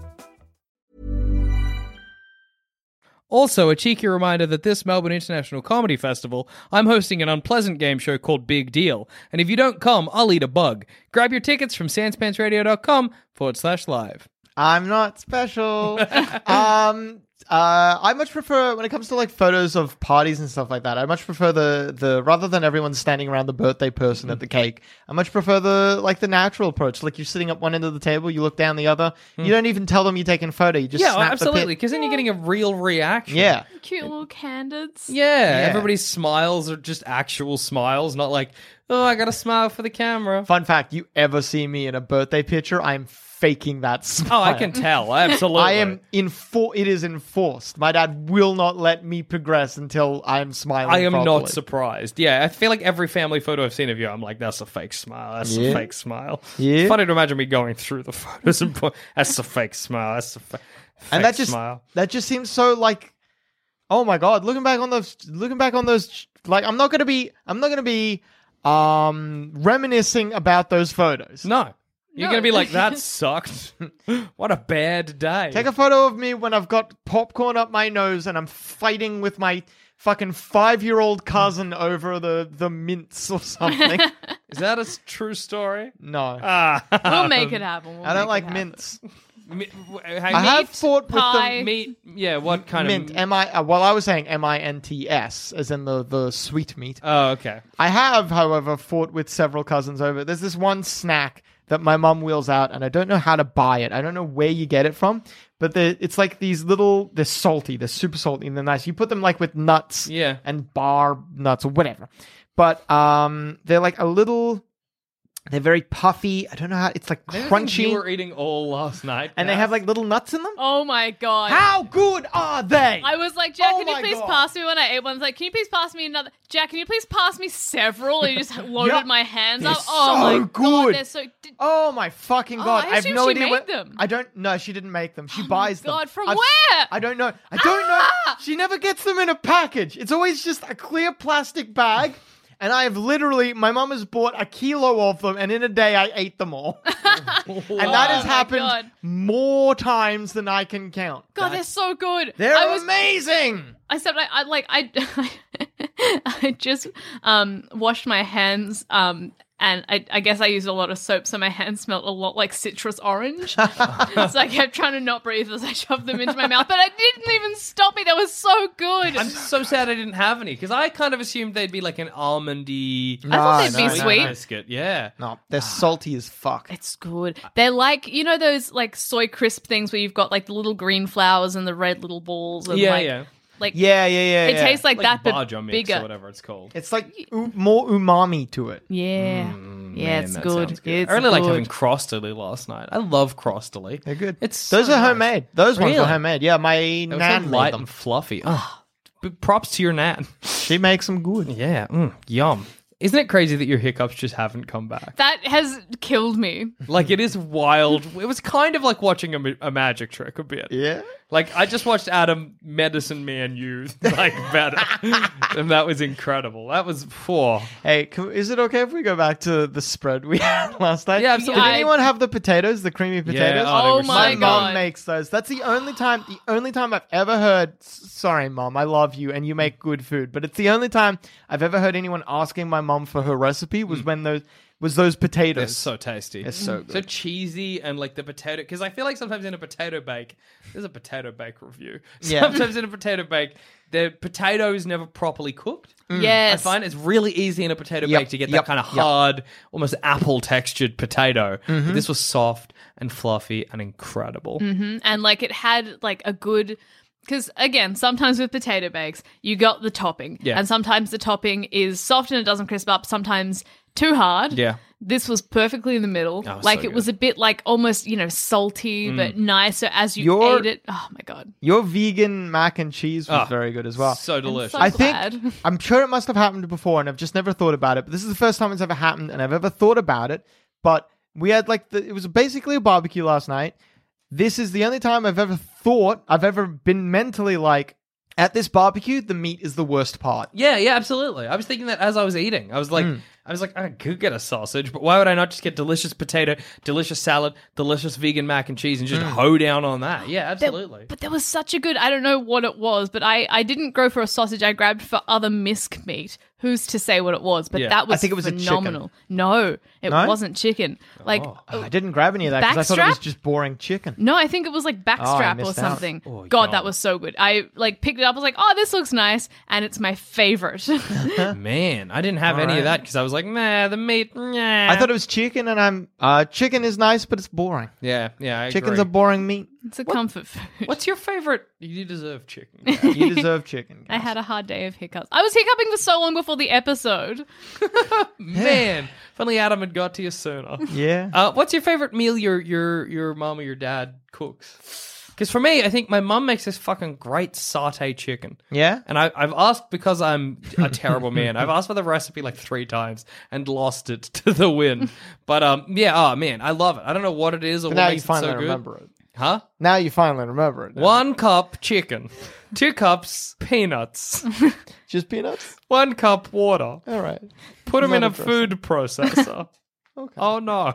[SPEAKER 2] Also, a cheeky reminder that this Melbourne International Comedy Festival, I'm hosting an unpleasant game show called Big Deal. And if you don't come, I'll eat a bug. Grab your tickets from sanspantsradio.com forward slash live.
[SPEAKER 4] I'm not special. um, uh, I much prefer when it comes to like photos of parties and stuff like that. I much prefer the the rather than everyone standing around the birthday person at the
[SPEAKER 2] Mm-hmm.
[SPEAKER 4] cake. I much prefer the like the natural approach. Like you're sitting at one end of the table, you look down the other. You don't even tell them you're taking a photo. You just
[SPEAKER 2] Hmm. yeah,
[SPEAKER 4] snap
[SPEAKER 2] absolutely.
[SPEAKER 4] The pic.
[SPEAKER 2] Because then you're getting a real reaction.
[SPEAKER 4] Yeah,
[SPEAKER 3] Cute little candids.
[SPEAKER 2] Yeah,
[SPEAKER 4] Yeah.
[SPEAKER 2] everybody's smiles are just actual smiles, not like, oh, I got to smile for the camera.
[SPEAKER 4] Fun fact: You ever see me in a birthday picture? I'm faking that smile.
[SPEAKER 2] Oh, I can tell. Absolutely.
[SPEAKER 4] I am enfor- It is enforced. My dad will not let me progress until I'm smiling.
[SPEAKER 2] I am
[SPEAKER 4] properly.
[SPEAKER 2] not surprised. Yeah, I feel like every family photo I've seen of you, I'm like, that's a fake smile. That's a
[SPEAKER 4] Yeah.
[SPEAKER 2] fake smile.
[SPEAKER 4] Yeah.
[SPEAKER 2] It's funny to imagine me going through the photos and point, that's a fake smile. That's a fa- fake
[SPEAKER 4] and that just
[SPEAKER 2] smile.
[SPEAKER 4] that just seems so like oh my god looking back on those looking back on those like i'm not gonna be i'm not gonna be um reminiscing about those photos
[SPEAKER 2] No. You're
[SPEAKER 3] No.
[SPEAKER 2] going to be like, that sucked. what a bad day.
[SPEAKER 4] take a photo of me when i've got popcorn up my nose and i'm fighting with my fucking five-year-old cousin over the the mints or something
[SPEAKER 2] Is that a s- true story?
[SPEAKER 4] no
[SPEAKER 2] Ah.
[SPEAKER 3] We'll make it happen. We'll
[SPEAKER 4] i don't
[SPEAKER 3] make
[SPEAKER 4] like
[SPEAKER 3] it happen.
[SPEAKER 4] mints
[SPEAKER 2] Mi- w-
[SPEAKER 4] i
[SPEAKER 2] hang-
[SPEAKER 4] have fought with
[SPEAKER 3] pie,
[SPEAKER 4] the
[SPEAKER 2] meat. Yeah, what kind
[SPEAKER 4] mint
[SPEAKER 2] of.
[SPEAKER 4] m i uh, well i was saying m-i-n-t-s as in the the sweet meat
[SPEAKER 2] oh, okay.
[SPEAKER 4] I have, however, fought with several cousins over. There's this one snack that my mum wheels out, and I don't know how to buy it. I don't know where you get it from, but they're- it's like these little. They're salty. They're super salty and they're nice. You put them like with nuts,
[SPEAKER 2] Yeah.
[SPEAKER 4] and bar nuts or whatever. But um, they're like a little. They're very puffy. I don't know how. It's like
[SPEAKER 2] Maybe things
[SPEAKER 4] crunchy,
[SPEAKER 2] You were eating all last night.
[SPEAKER 4] and they
[SPEAKER 2] Dad.
[SPEAKER 4] have like little nuts in them.
[SPEAKER 3] Oh my god.
[SPEAKER 4] How good are they?
[SPEAKER 3] I was like, Jack,
[SPEAKER 4] Oh
[SPEAKER 3] can you
[SPEAKER 4] my
[SPEAKER 3] please
[SPEAKER 4] God.
[SPEAKER 3] pass me one? I ate one. I was like, can you please pass me another? Jack, can you please pass me several? And you just loaded
[SPEAKER 4] Yup.
[SPEAKER 3] my hands
[SPEAKER 4] They're
[SPEAKER 3] up. Oh
[SPEAKER 4] so
[SPEAKER 3] my
[SPEAKER 4] good.
[SPEAKER 3] god, they're so. Did,
[SPEAKER 4] Oh my fucking
[SPEAKER 3] Oh,
[SPEAKER 4] god!
[SPEAKER 3] I
[SPEAKER 4] I, have
[SPEAKER 3] assume
[SPEAKER 4] no
[SPEAKER 3] she
[SPEAKER 4] idea
[SPEAKER 3] made
[SPEAKER 4] where-
[SPEAKER 3] them. Oh
[SPEAKER 4] I don't. No, she didn't make them. She
[SPEAKER 3] my
[SPEAKER 4] buys them.
[SPEAKER 3] God, from
[SPEAKER 4] I've-
[SPEAKER 3] where?
[SPEAKER 4] I don't know. I don't
[SPEAKER 3] Ah!
[SPEAKER 4] know. She never gets them in a package. It's always just a clear plastic bag. And I have literally, my mum has bought a kilo of them, and in a day I ate them all. And that has
[SPEAKER 3] Oh my
[SPEAKER 4] happened
[SPEAKER 3] God.
[SPEAKER 4] more times than I can count.
[SPEAKER 3] God, they're so good.
[SPEAKER 4] Oh, They're
[SPEAKER 3] I was
[SPEAKER 4] amazing.
[SPEAKER 3] except I, I like I I just um washed my hands um and I, I guess I used a lot of soap, so my hands smelled a lot like citrus orange. so I kept trying to not breathe as I shoved them into my mouth, but it didn't even stop me. That was so good.
[SPEAKER 2] I'm so sad I didn't have any because I kind of assumed they'd be like an almondy.
[SPEAKER 3] I thought
[SPEAKER 4] No,
[SPEAKER 3] they'd be
[SPEAKER 4] no, no,
[SPEAKER 3] sweet.
[SPEAKER 2] biscuit. Yeah.
[SPEAKER 4] No,
[SPEAKER 3] Ah.
[SPEAKER 4] they're salty as fuck.
[SPEAKER 3] It's good. They're like you know those like soy crisp things where you've got like the little green flowers and the red little balls. And,
[SPEAKER 2] yeah,
[SPEAKER 3] like,
[SPEAKER 2] yeah.
[SPEAKER 3] Like
[SPEAKER 4] Yeah, yeah, yeah.
[SPEAKER 3] it
[SPEAKER 4] yeah.
[SPEAKER 3] tastes like, that, but
[SPEAKER 2] Baja mix
[SPEAKER 3] bigger.
[SPEAKER 2] or whatever it's called.
[SPEAKER 4] It's like u- more umami to it.
[SPEAKER 3] Yeah,
[SPEAKER 2] Mm,
[SPEAKER 3] yeah, it's good. It's
[SPEAKER 2] I really like
[SPEAKER 3] good.
[SPEAKER 2] having crostily last night. I love crostily.
[SPEAKER 4] They're good.
[SPEAKER 2] It's
[SPEAKER 4] those
[SPEAKER 2] so
[SPEAKER 4] are
[SPEAKER 2] nice.
[SPEAKER 4] homemade. Those ones
[SPEAKER 2] Really?
[SPEAKER 4] are homemade. Yeah, my
[SPEAKER 2] They're
[SPEAKER 4] nan
[SPEAKER 2] so
[SPEAKER 4] made
[SPEAKER 2] light
[SPEAKER 4] them.
[SPEAKER 2] and fluffy. Ah, b- props to your nan.
[SPEAKER 4] She makes them good.
[SPEAKER 2] yeah, mm, yum. Isn't it crazy that your hiccups just haven't come back?
[SPEAKER 3] that has killed me.
[SPEAKER 2] Like it is wild. It was kind of like watching a, ma- a magic trick a bit.
[SPEAKER 4] Yeah.
[SPEAKER 2] Like I just watched Adam medicine man you like better, and that was incredible. That was four.
[SPEAKER 4] Hey, can, is it okay if we go back to the spread we had last night?
[SPEAKER 2] Yeah, absolutely.
[SPEAKER 4] Did anyone have the potatoes, the creamy potatoes?
[SPEAKER 2] oh, they
[SPEAKER 3] Oh
[SPEAKER 2] were so
[SPEAKER 3] my
[SPEAKER 2] good.
[SPEAKER 3] God.
[SPEAKER 4] mom makes those. That's the only time. The only time I've ever heard. s- Sorry, mom. I love you, and you make good food. But it's the only time I've ever heard anyone asking my mom for her recipe was when those was those potatoes.
[SPEAKER 2] Mm. They're so tasty.
[SPEAKER 4] They're so
[SPEAKER 2] So
[SPEAKER 4] good.
[SPEAKER 2] cheesy and like the potato, because I feel like sometimes in a potato bake, there's a potato bake review.
[SPEAKER 4] Yeah.
[SPEAKER 2] Sometimes in a potato bake, the potato is never properly cooked.
[SPEAKER 3] Yes.
[SPEAKER 2] I find it's really easy in a potato
[SPEAKER 4] Mm. Yep,
[SPEAKER 2] bake to get
[SPEAKER 4] yep,
[SPEAKER 2] that kind of
[SPEAKER 4] yep. Mm-hmm.
[SPEAKER 2] hard, almost apple textured potato. But this was soft and fluffy and incredible.
[SPEAKER 3] and like it had like a good because again sometimes with potato bakes you got the topping
[SPEAKER 2] Yeah.
[SPEAKER 3] and sometimes the topping is soft and it doesn't crisp up sometimes too hard
[SPEAKER 2] Yeah.
[SPEAKER 3] this was perfectly in the middle
[SPEAKER 2] Oh,
[SPEAKER 3] like
[SPEAKER 2] so
[SPEAKER 3] it was a bit like almost you know salty but nicer as you
[SPEAKER 4] Mm. Your-
[SPEAKER 3] ate it oh my god
[SPEAKER 4] Your vegan mac and cheese was
[SPEAKER 2] Oh,
[SPEAKER 4] very good as well.
[SPEAKER 2] So delicious.
[SPEAKER 3] so-
[SPEAKER 4] I think
[SPEAKER 3] glad.
[SPEAKER 4] I'm sure it must have happened before, and I've just never thought about it. But this is the first time it's ever happened, and I've ever thought about it. But we had like the, it was basically a barbecue last night. This is the only time I've ever thought I've ever been mentally like at this barbecue. The meat is the worst part.
[SPEAKER 2] yeah, yeah, absolutely. I was thinking that as I was eating. I was like,
[SPEAKER 4] Mm.
[SPEAKER 2] I was like, I could get a sausage, but why would I not just get delicious potato, delicious salad, delicious vegan mac and cheese, and just
[SPEAKER 4] Mm.
[SPEAKER 2] hoe down on that? Yeah,
[SPEAKER 3] There-
[SPEAKER 2] absolutely.
[SPEAKER 3] but there was such a good i don't know what it was but i i didn't go for a sausage i grabbed for other misc meat who's to say what it was but
[SPEAKER 2] Yeah.
[SPEAKER 3] that was
[SPEAKER 4] think it was a chicken.
[SPEAKER 3] phenomenal no it
[SPEAKER 4] No? Oh.
[SPEAKER 3] wasn't chicken like
[SPEAKER 4] I didn't grab any of that because I thought it was
[SPEAKER 3] Oh. Backstrap?
[SPEAKER 4] just boring chicken.
[SPEAKER 3] No, I think it was like backstrap or
[SPEAKER 4] Oh, missed out.
[SPEAKER 3] something. God, that was so good. I like picked it up. I was like, oh, this looks nice, and it's my favorite.
[SPEAKER 2] Man, I didn't have any of that because I was like, nah, the meat. Nah.
[SPEAKER 4] I thought it was chicken, and I'm uh, chicken is nice, but it's boring.
[SPEAKER 2] yeah, yeah. I
[SPEAKER 4] Chicken's
[SPEAKER 2] agree.
[SPEAKER 4] a boring meat.
[SPEAKER 3] it's a comfort food.
[SPEAKER 2] What's your favorite? You deserve chicken.
[SPEAKER 4] You deserve chicken.
[SPEAKER 3] I had a hard day of hiccups. I was hiccuping for so long before the episode.
[SPEAKER 2] Man, if only Adam had got to you sooner.
[SPEAKER 4] yeah.
[SPEAKER 2] Uh, what's your favorite meal your your your mom or your dad cooks? Because for me, I think my mum makes this fucking great saute chicken.
[SPEAKER 4] yeah.
[SPEAKER 2] And I, I've asked because I'm a terrible man. I've asked for the recipe like three times and lost it to the win. But um, yeah, oh man, I love it. I don't know what it is or
[SPEAKER 4] But
[SPEAKER 2] what
[SPEAKER 4] now you
[SPEAKER 2] makes it so
[SPEAKER 4] finally
[SPEAKER 2] good.
[SPEAKER 4] remember it.
[SPEAKER 2] Huh?
[SPEAKER 4] Now you finally remember it.
[SPEAKER 2] One cup chicken, two cups peanuts,
[SPEAKER 4] Just peanuts.
[SPEAKER 2] one cup water.
[SPEAKER 4] All right.
[SPEAKER 2] Put them in a
[SPEAKER 4] Another dressing.
[SPEAKER 2] food processor. Oh no.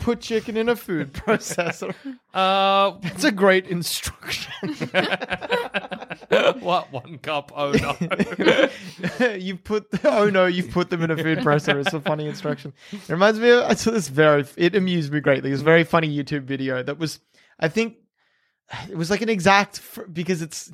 [SPEAKER 4] Put chicken in a food processor.
[SPEAKER 2] Uh,
[SPEAKER 4] It's a great instruction.
[SPEAKER 2] what one cup? Oh no.
[SPEAKER 4] you put oh no, you put them in a food processor. It's a funny instruction. It reminds me of I saw this very it amused me greatly. It was a very funny YouTube video that was I think it was like an exact fr- because it's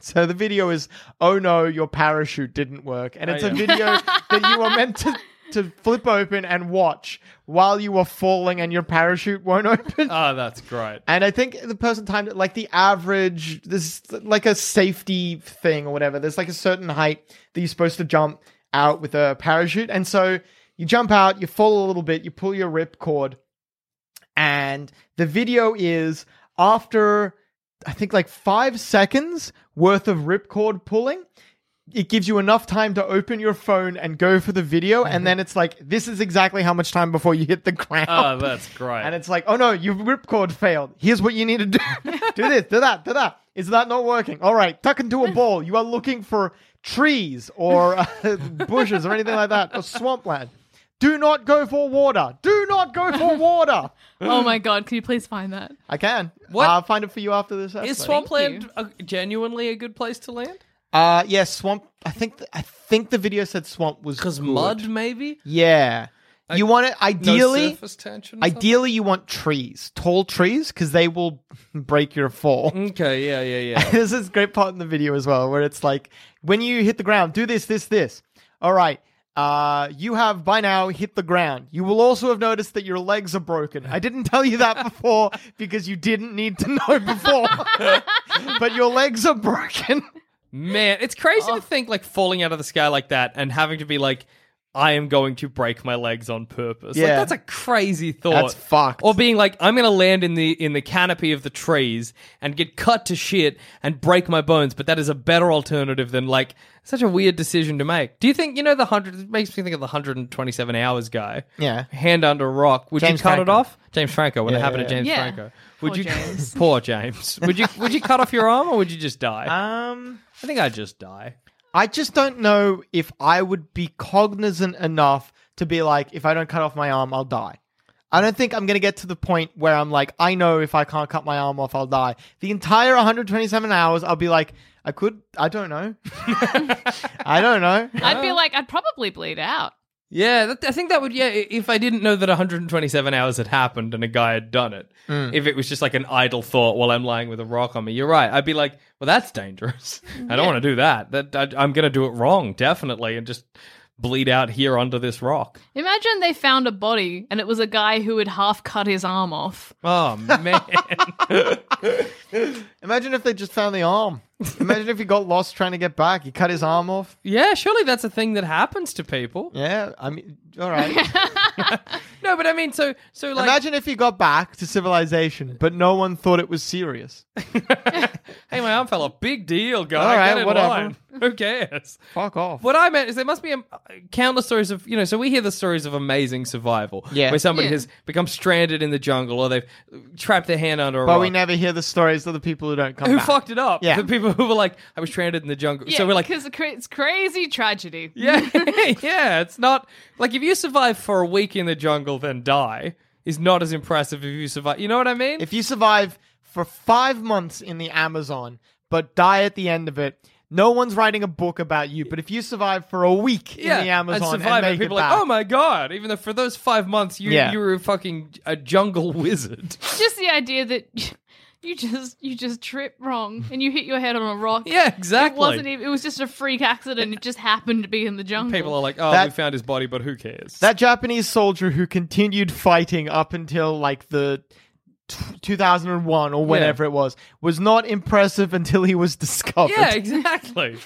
[SPEAKER 4] so the video is oh no, your parachute didn't work, and it's
[SPEAKER 2] yeah.
[SPEAKER 4] a video that you were meant to. To flip open and watch while you were falling, and your parachute won't open.
[SPEAKER 2] oh, that's great.
[SPEAKER 4] And I think the person timed it like the average, there's like a safety thing or whatever. There's like a certain height that you're supposed to jump out with a parachute. And so you jump out, you fall a little bit, you pull your rip cord. And the video is after, I think, like five seconds worth of ripcord pulling. It gives you enough time to open your phone and go for the video. And then it's like, this is exactly how much time before you hit the ground.
[SPEAKER 2] Oh, that's great.
[SPEAKER 4] And it's like, oh no, your ripcord failed. Here's what you need to do. do this, do that, do that. Is that not working? All right, tuck into a ball. You are looking for trees or uh, bushes or anything like that, or swampland. Do not go for water. Do not go for water.
[SPEAKER 3] oh my god, can you please find that?
[SPEAKER 4] I can.
[SPEAKER 2] What?
[SPEAKER 4] I'll find it for you after this.
[SPEAKER 2] Is
[SPEAKER 4] episode.
[SPEAKER 2] swampland a, genuinely a good place to land?
[SPEAKER 4] Uh, yeah, swamp. I think. Th- I think the video said swamp was
[SPEAKER 2] Because
[SPEAKER 4] good.
[SPEAKER 2] mud, maybe.
[SPEAKER 4] Yeah. you want it
[SPEAKER 2] No
[SPEAKER 4] ideally.
[SPEAKER 2] surface tension. or
[SPEAKER 4] ideally, you want trees, tall trees, because they will break your fall.
[SPEAKER 2] something? Okay. Yeah. Yeah. Yeah.
[SPEAKER 4] There's this great part in the video as well where it's like when you hit the ground, do this, this, this. All right. Uh, you have by now hit the ground. You will also have noticed that your legs are broken. I didn't tell you that before because you didn't need to know before. but your legs are broken.
[SPEAKER 2] Man, it's crazy
[SPEAKER 4] Oh.
[SPEAKER 2] to think like falling out of the sky like that and having to be like, I am going to break my legs on purpose. Like
[SPEAKER 4] Yeah.
[SPEAKER 2] that's a crazy thought.
[SPEAKER 4] That's fucked.
[SPEAKER 2] Or being like, I'm gonna land in the in the canopy of the trees and get cut to shit and break my bones, but that is a better alternative than like such a weird decision to make. Do you think you know the hundred it makes me think of the hundred and twenty seven hours guy.
[SPEAKER 4] Yeah.
[SPEAKER 2] Hand under rock. Would
[SPEAKER 4] James
[SPEAKER 2] you cut it
[SPEAKER 4] Franco.
[SPEAKER 2] off? James Franco, when it
[SPEAKER 4] Yeah,
[SPEAKER 2] happened
[SPEAKER 4] yeah,
[SPEAKER 2] to James
[SPEAKER 3] yeah. Yeah.
[SPEAKER 2] Franco. Would
[SPEAKER 3] Poor
[SPEAKER 2] you
[SPEAKER 3] James.
[SPEAKER 2] poor James. Would you would you cut off your arm or would you just die?
[SPEAKER 4] Um,
[SPEAKER 2] I think I'd just die.
[SPEAKER 4] I just don't know if I would be cognizant enough to be like, if I don't cut off my arm, I'll die. I don't think I'm going to get to the point where I'm like, I know if I can't cut my arm off, I'll die. The entire 127 hours, I'll be like, I could, I don't know. I don't know.
[SPEAKER 3] I'd be like, I'd probably bleed out.
[SPEAKER 2] Yeah, that, I think that would. Yeah, i- if I didn't know that 127 hours had happened and a guy had done it, if it was just like an idle thought while I'm lying with a rock on me, you're right. I'd be like, well, that's dangerous. I don't want to do that. That I, I'm going to do it wrong, definitely, and just bleed out here under this rock.
[SPEAKER 3] Imagine they found a body and it was a guy who had half cut his arm off.
[SPEAKER 2] Oh man,
[SPEAKER 4] Imagine if they just found the arm. Imagine if he got lost trying to get back. He cut his arm off.
[SPEAKER 2] yeah, surely that's a thing that happens to people.
[SPEAKER 4] Yeah, I mean, all right.
[SPEAKER 2] No, but I mean, so so like,
[SPEAKER 4] Imagine if he got back to civilization, but no one thought it was serious.
[SPEAKER 2] hey, my arm fell off. Big deal, guy.
[SPEAKER 4] All right,
[SPEAKER 2] Get in
[SPEAKER 4] whatever.
[SPEAKER 2] line. Who cares?
[SPEAKER 4] Fuck off.
[SPEAKER 2] What I meant is there must be um, countless stories of you know. So we hear the stories of amazing survival,
[SPEAKER 4] Yeah.
[SPEAKER 2] where somebody
[SPEAKER 3] Yeah.
[SPEAKER 2] has become stranded in the jungle or they've trapped their hand under a
[SPEAKER 4] But
[SPEAKER 2] rock.
[SPEAKER 4] we never hear the stories of the people who don't come
[SPEAKER 2] who
[SPEAKER 4] back.
[SPEAKER 2] fucked it up?
[SPEAKER 4] Yeah.
[SPEAKER 2] the people who were like, "I was stranded in the jungle." so we're like,
[SPEAKER 3] because it creates crazy tragedy.
[SPEAKER 2] "Yeah, yeah." It's not like if you survive for a week in the jungle, then die is not as impressive if you survive. You know what I mean?
[SPEAKER 4] If you survive for five months in the Amazon, but die at the end of it, no one's writing a book about you. But if you survive for a week in the Amazon
[SPEAKER 2] and survive,
[SPEAKER 4] make
[SPEAKER 2] and people
[SPEAKER 4] it
[SPEAKER 2] are
[SPEAKER 4] back,
[SPEAKER 2] like, "Oh my god!" Even though for those five months, you
[SPEAKER 4] Yeah.
[SPEAKER 2] you were fucking a jungle wizard.
[SPEAKER 3] Just the idea that you just you just trip wrong and you hit your head on a rock.
[SPEAKER 2] Yeah, exactly.
[SPEAKER 3] It wasn't even, it was just a freak accident. It just happened to be in the jungle.
[SPEAKER 2] People are like, "Oh,
[SPEAKER 4] That-
[SPEAKER 2] we found his body, but who cares?"
[SPEAKER 4] That Japanese soldier who continued fighting up until like the t- 2001 or whenever it was was not impressive until he was discovered.
[SPEAKER 2] Yeah, exactly.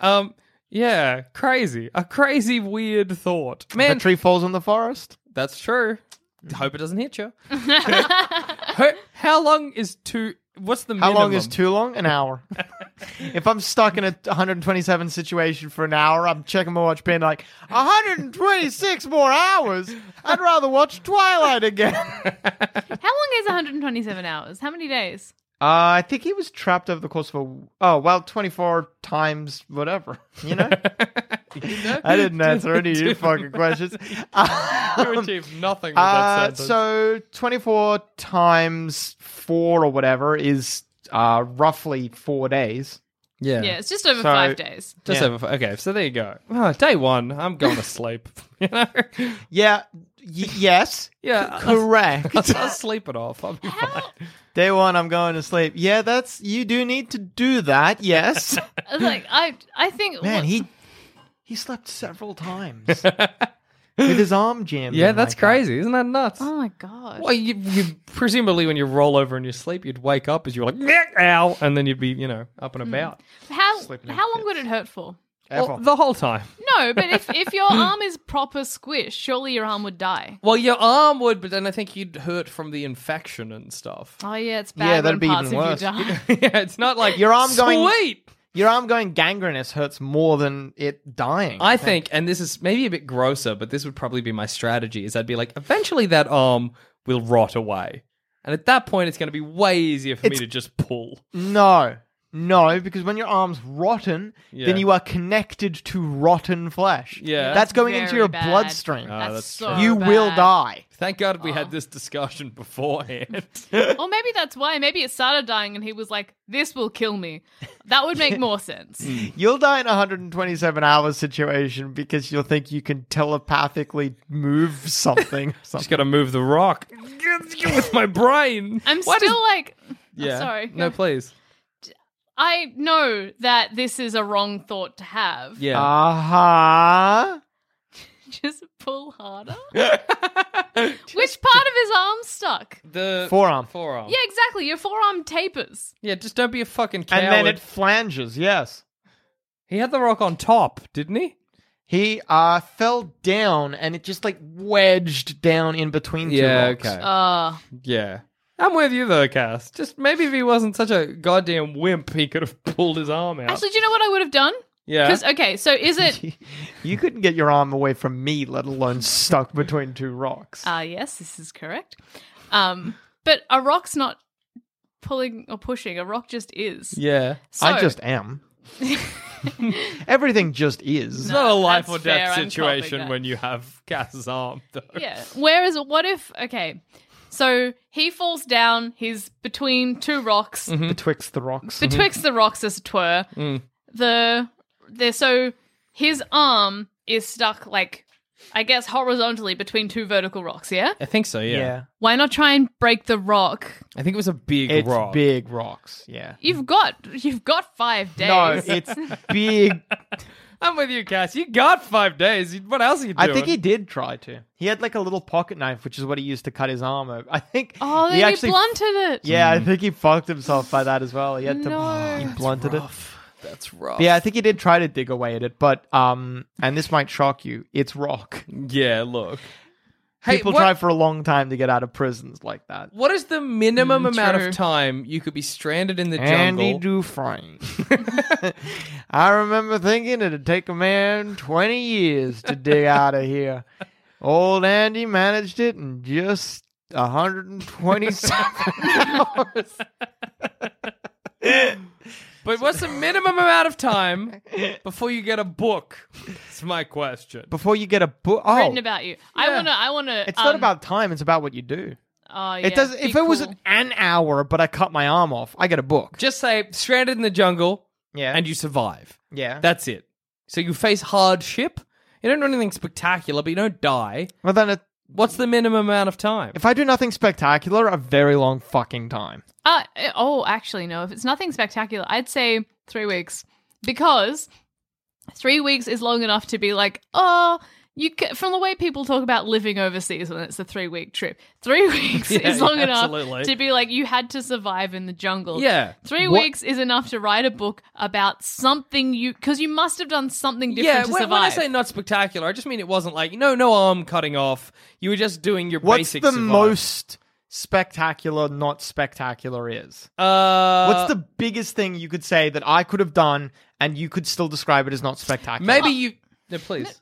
[SPEAKER 2] um, yeah, crazy. A crazy, weird thought.
[SPEAKER 4] The
[SPEAKER 2] Man,
[SPEAKER 4] tree falls in the forest.
[SPEAKER 2] that's true. Hope it doesn't hit you. Ho- How long is too? What's the
[SPEAKER 4] How
[SPEAKER 2] minimum?
[SPEAKER 4] long is too long? An hour. if I'm stuck in a 127 situation for an hour, I'm checking my watch, being like 126 more hours. I'd rather watch Twilight again. uh,
[SPEAKER 3] How long is 127 hours? How many days?
[SPEAKER 4] Uh, I think he was trapped over the course of a oh well 24 times whatever. You know, I didn't answer any of your fucking questions.
[SPEAKER 2] You
[SPEAKER 4] Um,
[SPEAKER 2] achieve nothing with that
[SPEAKER 4] Uh,
[SPEAKER 2] sentence.
[SPEAKER 4] so 24 times 4 or whatever is uh, roughly 4 days.
[SPEAKER 2] yeah,
[SPEAKER 3] Yeah, it's just over
[SPEAKER 4] So-
[SPEAKER 3] five days.
[SPEAKER 2] just
[SPEAKER 4] Yeah.
[SPEAKER 2] over. Okay, so there you go. Oh, day one, I'm going to sleep. you know,
[SPEAKER 4] Yeah. Y- yes.
[SPEAKER 2] yeah, I'll,
[SPEAKER 4] Correct.
[SPEAKER 2] I'll sleep it off. I'll be fine.
[SPEAKER 4] Day 1 I'm going to sleep. Yeah, that's you do need to do that. Yes.
[SPEAKER 3] I was like, I I think
[SPEAKER 4] Man,
[SPEAKER 3] what-
[SPEAKER 4] he he slept several times. With his arm jammed.
[SPEAKER 2] Yeah,
[SPEAKER 4] in
[SPEAKER 2] that's
[SPEAKER 4] like that.
[SPEAKER 2] crazy. is Isn't that nuts?
[SPEAKER 3] Oh my god.
[SPEAKER 2] Well, you, you presumably when you roll over in your sleep, you'd wake up as you were like, "Meh, ow, and then you'd be, you know, up and about
[SPEAKER 3] how
[SPEAKER 4] Sleeping in
[SPEAKER 3] how long
[SPEAKER 4] fits.
[SPEAKER 3] would it hurt for?
[SPEAKER 2] Hmm. Well, the whole time.
[SPEAKER 3] No, but if if your arm is proper squished, surely your arm would die.
[SPEAKER 2] Well, your arm would, but then I think you'd hurt from the infection and stuff.
[SPEAKER 3] Oh yeah, it's
[SPEAKER 4] Yeah,
[SPEAKER 3] bad
[SPEAKER 4] that'd
[SPEAKER 3] when
[SPEAKER 4] be
[SPEAKER 3] parts
[SPEAKER 4] even
[SPEAKER 3] of you die.
[SPEAKER 4] worse.
[SPEAKER 2] yeah, it's not like
[SPEAKER 4] Your arm going-
[SPEAKER 2] Sweet.
[SPEAKER 4] Your arm going gangrenous hurts more than it dying.
[SPEAKER 2] I think, and this is maybe a bit grosser, but this would probably be my strategy: is I'd be like, eventually that arm will rot away, and at that point, it's going to be way easier for me
[SPEAKER 4] It's-
[SPEAKER 2] to just pull.
[SPEAKER 4] No. No, because when your arm's rotten,
[SPEAKER 2] Yeah.
[SPEAKER 4] then you are connected to rotten flesh.
[SPEAKER 2] Yeah.
[SPEAKER 4] That's going
[SPEAKER 3] Very
[SPEAKER 4] into your
[SPEAKER 3] bad.
[SPEAKER 4] bloodstream.
[SPEAKER 2] Ah,
[SPEAKER 3] That's,
[SPEAKER 2] that's
[SPEAKER 3] so
[SPEAKER 4] you will
[SPEAKER 3] bad.
[SPEAKER 4] die.
[SPEAKER 2] Thank God we had this discussion beforehand.
[SPEAKER 3] Or maybe that's why. Maybe it started dying, and he was like, "This will kill me." That would make more sense.
[SPEAKER 4] You'll die in a 127 hour situation because you'll think you can telepathically move something.
[SPEAKER 2] Just got to move the rock with my brain.
[SPEAKER 3] I'm
[SPEAKER 2] Why does-
[SPEAKER 3] still like, oh,
[SPEAKER 2] Yeah.
[SPEAKER 3] sorry.
[SPEAKER 2] No, please.
[SPEAKER 3] I know that this is a wrong thought to have.
[SPEAKER 2] Yeah.
[SPEAKER 4] Uh huh.
[SPEAKER 3] Just pull harder. Which part of his arm's stuck?
[SPEAKER 2] the
[SPEAKER 4] Forearm.
[SPEAKER 2] Forearm.
[SPEAKER 3] Yeah, exactly. Your forearm tapers.
[SPEAKER 2] Yeah, just don't be a fucking coward.
[SPEAKER 4] And then it flanges, yes.
[SPEAKER 2] He had the rock on top, didn't he?
[SPEAKER 4] He uh fell down and it just like wedged down in between
[SPEAKER 2] Yeah,
[SPEAKER 4] two rocks.
[SPEAKER 2] okay.
[SPEAKER 3] Uh,
[SPEAKER 2] Yeah. I'm with you though, Cass. Just maybe if he wasn't such a goddamn wimp, he could have pulled his arm out.
[SPEAKER 3] actually, do you know what I would have done?
[SPEAKER 2] yeah.
[SPEAKER 3] Because okay, so is it?
[SPEAKER 4] You couldn't get your arm away from me, let alone stuck between two rocks.
[SPEAKER 3] Ah, yes, this is correct. Um, but a rock's not pulling or pushing. A rock just is.
[SPEAKER 2] Yeah.
[SPEAKER 4] I
[SPEAKER 3] So-
[SPEAKER 4] just am. Everything just is.
[SPEAKER 2] It's not a life
[SPEAKER 3] that's
[SPEAKER 2] or death
[SPEAKER 3] fair, I'm
[SPEAKER 2] situation
[SPEAKER 3] copying
[SPEAKER 2] when you have Cass's arm, though.
[SPEAKER 3] Yeah. Whereas, what if? Okay, so he falls down. He's between two rocks.
[SPEAKER 4] Mm-hmm.
[SPEAKER 2] Mm-hmm.
[SPEAKER 4] Betwixt the rocks.
[SPEAKER 3] Betwixt the rocks, as it were.
[SPEAKER 4] Mm.
[SPEAKER 3] The there. So his arm is stuck like I guess horizontally between two vertical rocks, yeah?
[SPEAKER 2] I think so, yeah.
[SPEAKER 3] Why not try and break the rock?
[SPEAKER 2] I think it was a big
[SPEAKER 4] It's
[SPEAKER 2] rock.
[SPEAKER 4] big rocks. Yeah.
[SPEAKER 3] You've got you've got five days.
[SPEAKER 4] No, it's big.
[SPEAKER 2] I'm with you, Cass. You got five days. What else are you doing?
[SPEAKER 4] I think he did try to. He had like a little pocket knife, which is what he used to cut his arm. Over. I think.
[SPEAKER 3] oh, then
[SPEAKER 4] he
[SPEAKER 3] you
[SPEAKER 4] actually.
[SPEAKER 3] blunted it.
[SPEAKER 4] yeah, I think he fucked himself by that as well. He had
[SPEAKER 3] No.
[SPEAKER 4] to. He blunted it.
[SPEAKER 2] That's rough.
[SPEAKER 4] Yeah, I think he did try to dig away at it, but um, and this might shock you. It's rock.
[SPEAKER 2] Yeah, look. Hey,
[SPEAKER 4] People
[SPEAKER 2] what-
[SPEAKER 4] try for a long time to get out of prisons like that.
[SPEAKER 2] What is the minimum amount
[SPEAKER 3] true.
[SPEAKER 2] of time you could be stranded in the
[SPEAKER 4] Andy
[SPEAKER 2] jungle?
[SPEAKER 4] Dufresne. I remember thinking it'd take a man 20 years to dig out of here. Old Andy managed it in just 127 hours.
[SPEAKER 2] but what's the minimum amount of time before you get a book? It's my question.
[SPEAKER 4] Before you get a book. Oh,
[SPEAKER 3] Written about you. I wanna I wanna
[SPEAKER 4] it's not
[SPEAKER 3] um,
[SPEAKER 4] about time, it's about what you do.
[SPEAKER 3] oh, yeah,
[SPEAKER 4] It doesn't.
[SPEAKER 3] be
[SPEAKER 4] If it was
[SPEAKER 3] cool.
[SPEAKER 4] an hour, but I cut my arm off, I get a book.
[SPEAKER 2] Just say stranded in the jungle
[SPEAKER 4] Yeah,
[SPEAKER 2] and you survive.
[SPEAKER 4] yeah.
[SPEAKER 2] That's it. So you face hardship. You don't do anything spectacular, but you don't die.
[SPEAKER 4] well, then it,
[SPEAKER 2] What's the minimum amount of time?
[SPEAKER 4] if I do nothing spectacular, a very long fucking time.
[SPEAKER 3] Uh, eh, oh, actually, no. If it's nothing spectacular, I'd say three weeks because three weeks is long enough to be like, oh, you. Ca-, from the way people talk about living overseas when it's a three week trip, three weeks
[SPEAKER 2] Yeah,
[SPEAKER 3] is long
[SPEAKER 2] yeah,
[SPEAKER 3] enough
[SPEAKER 2] absolutely.
[SPEAKER 3] to be like you had to survive in the jungle.
[SPEAKER 2] yeah.
[SPEAKER 3] Three
[SPEAKER 2] What-
[SPEAKER 3] weeks is enough to write a book about something you because you must have done something different
[SPEAKER 2] Yeah,
[SPEAKER 3] to
[SPEAKER 2] when,
[SPEAKER 3] survive.
[SPEAKER 2] when I say not spectacular, I just mean it wasn't like, you know, no arm cutting off. You were just doing your
[SPEAKER 4] What's
[SPEAKER 2] basic
[SPEAKER 4] the
[SPEAKER 2] survival.
[SPEAKER 4] most spectacular, not spectacular is?
[SPEAKER 2] Uh,
[SPEAKER 4] What's the biggest thing you could say that I could have done and you could still describe it as not spectacular?
[SPEAKER 2] Maybe you. No, please.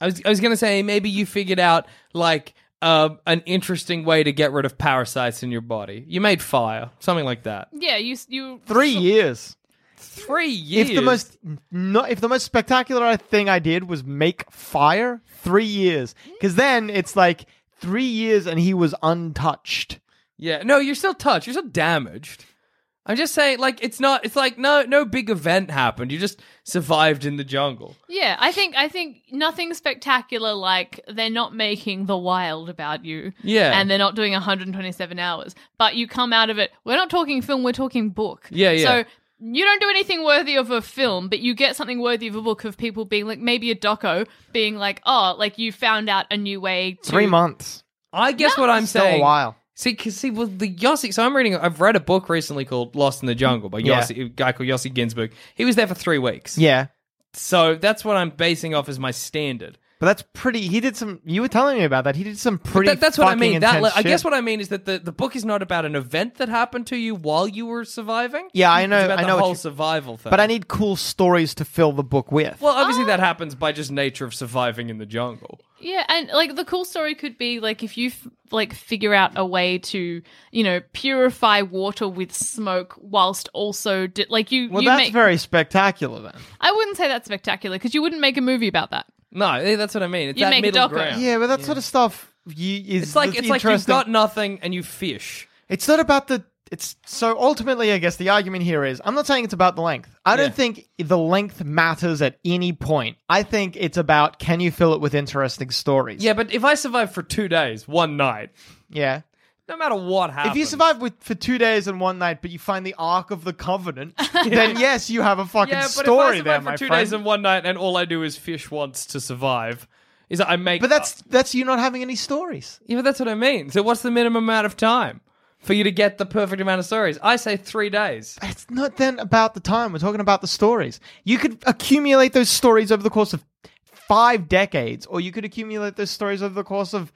[SPEAKER 2] I was I was gonna say maybe you figured out like uh, an interesting way to get rid of parasites in your body. You made fire, something like that.
[SPEAKER 3] yeah, you s- you
[SPEAKER 4] three years.
[SPEAKER 2] Three years.
[SPEAKER 4] If the most no, if the most spectacular thing I did was make fire, three years. Because then it's like three years and he was untouched.
[SPEAKER 2] Yeah. No, you're still touched. You're still damaged. I'm just saying, like it's not. It's like no, no big event happened. You just survived in the jungle.
[SPEAKER 3] Yeah, I think I think nothing spectacular. Like they're not making the wild about you.
[SPEAKER 2] Yeah.
[SPEAKER 3] and they're not doing 127 hours. But you come out of it. We're not talking film. We're talking book.
[SPEAKER 2] Yeah, yeah.
[SPEAKER 3] So you don't do anything worthy of a film, but you get something worthy of a book of people being like maybe a doco being like, oh, like you found out a new way. To-
[SPEAKER 4] Three months.
[SPEAKER 2] I guess what I'm
[SPEAKER 4] Still
[SPEAKER 2] saying.
[SPEAKER 4] a while.
[SPEAKER 2] See, cause see, well, the Yossi. So I'm reading. I've read a book recently called Lost in the Jungle by
[SPEAKER 4] Yeah.
[SPEAKER 2] Yossi, a guy called Yossi Ginsburg. He was there for three weeks.
[SPEAKER 4] Yeah.
[SPEAKER 2] So that's what I'm basing off as my standard.
[SPEAKER 4] But that's pretty. He did some. You were telling me about that. He did some
[SPEAKER 2] But
[SPEAKER 4] pretty.
[SPEAKER 2] that, that's what I
[SPEAKER 4] fucking
[SPEAKER 2] mean. That
[SPEAKER 4] intense
[SPEAKER 2] le- I
[SPEAKER 4] shit.
[SPEAKER 2] guess what I mean is that the, the book is not about an event that happened to you while you were surviving.
[SPEAKER 4] Yeah, I know-
[SPEAKER 2] It's about
[SPEAKER 4] I
[SPEAKER 2] the
[SPEAKER 4] know what
[SPEAKER 2] whole
[SPEAKER 4] you-
[SPEAKER 2] survival thing.
[SPEAKER 4] But I need cool stories to fill the book with.
[SPEAKER 2] Well, obviously
[SPEAKER 3] Oh.
[SPEAKER 2] that happens by just nature of surviving in the jungle.
[SPEAKER 3] Yeah, and like the cool story could be like if you f- like figure out a way to you know purify water with smoke whilst also di- like you
[SPEAKER 4] Well,
[SPEAKER 3] you
[SPEAKER 4] that's
[SPEAKER 3] make
[SPEAKER 4] very spectacular then.
[SPEAKER 3] I wouldn't say that's spectacular because you wouldn't make a movie about that.
[SPEAKER 2] No, eh, that's what I mean. It's
[SPEAKER 3] You
[SPEAKER 2] that
[SPEAKER 3] make a
[SPEAKER 2] middle
[SPEAKER 3] doco.
[SPEAKER 2] ground.
[SPEAKER 4] Yeah, but that sort of stuff you, is
[SPEAKER 2] It's like it's like you've
[SPEAKER 4] interesting.
[SPEAKER 2] got nothing and you fish.
[SPEAKER 4] It's not about the. It's so ultimately, I guess the argument here is I'm not saying it's about the length. I
[SPEAKER 2] Yeah.
[SPEAKER 4] don't think the length matters at any point. I think it's about can you fill it with interesting stories.
[SPEAKER 2] Yeah, but if I survive for two days, one night,
[SPEAKER 4] yeah.
[SPEAKER 2] no matter what happens,
[SPEAKER 4] If you survive with for two days and one night, but you find the Ark of the Covenant, then yes, you have a fucking
[SPEAKER 2] yeah, but if I
[SPEAKER 4] story
[SPEAKER 2] survive
[SPEAKER 4] there,
[SPEAKER 2] for
[SPEAKER 4] my
[SPEAKER 2] two
[SPEAKER 4] friend.
[SPEAKER 2] days and one night, and all I do is fish once to survive, is that I make.
[SPEAKER 4] but that's that's you not having any stories.
[SPEAKER 2] Yeah, but that's what I mean. So what's the minimum amount of time for you to get the perfect amount of stories? I say three days.
[SPEAKER 4] It's not then about the time. We're talking about the stories. You could accumulate those stories over the course of five decades, or you could accumulate those stories over the course of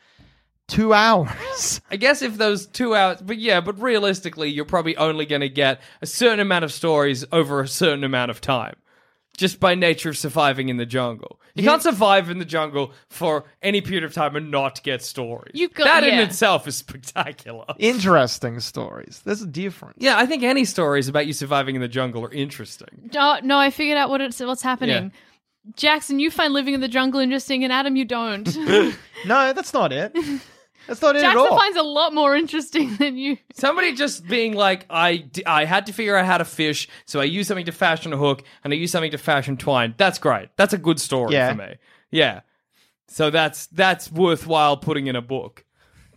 [SPEAKER 4] two hours.
[SPEAKER 2] I guess if those two hours, but yeah, but realistically, you're probably only going to get a certain amount of stories over a certain amount of time. Just by nature of surviving in the jungle, you can't survive in the jungle for any period of time and not get stories.
[SPEAKER 3] You got-
[SPEAKER 2] that in
[SPEAKER 3] yeah.
[SPEAKER 2] itself is spectacular.
[SPEAKER 4] Interesting stories. There's a difference.
[SPEAKER 2] Yeah, I think any stories about you surviving in the jungle are interesting.
[SPEAKER 3] No, no, I figured out what it's what's happening. Jackson, you find living in the jungle interesting, and Adam, you don't. Jackson
[SPEAKER 4] No, that's not it. That's not it at all.
[SPEAKER 3] finds a lot more interesting than you.
[SPEAKER 2] Somebody just being like, I, d- I had to figure out how to fish, so I used something to fashion a hook, and I used something to fashion twine. That's great. That's a good story
[SPEAKER 4] Yeah.
[SPEAKER 2] for me. Yeah. So that's that's worthwhile putting in a book.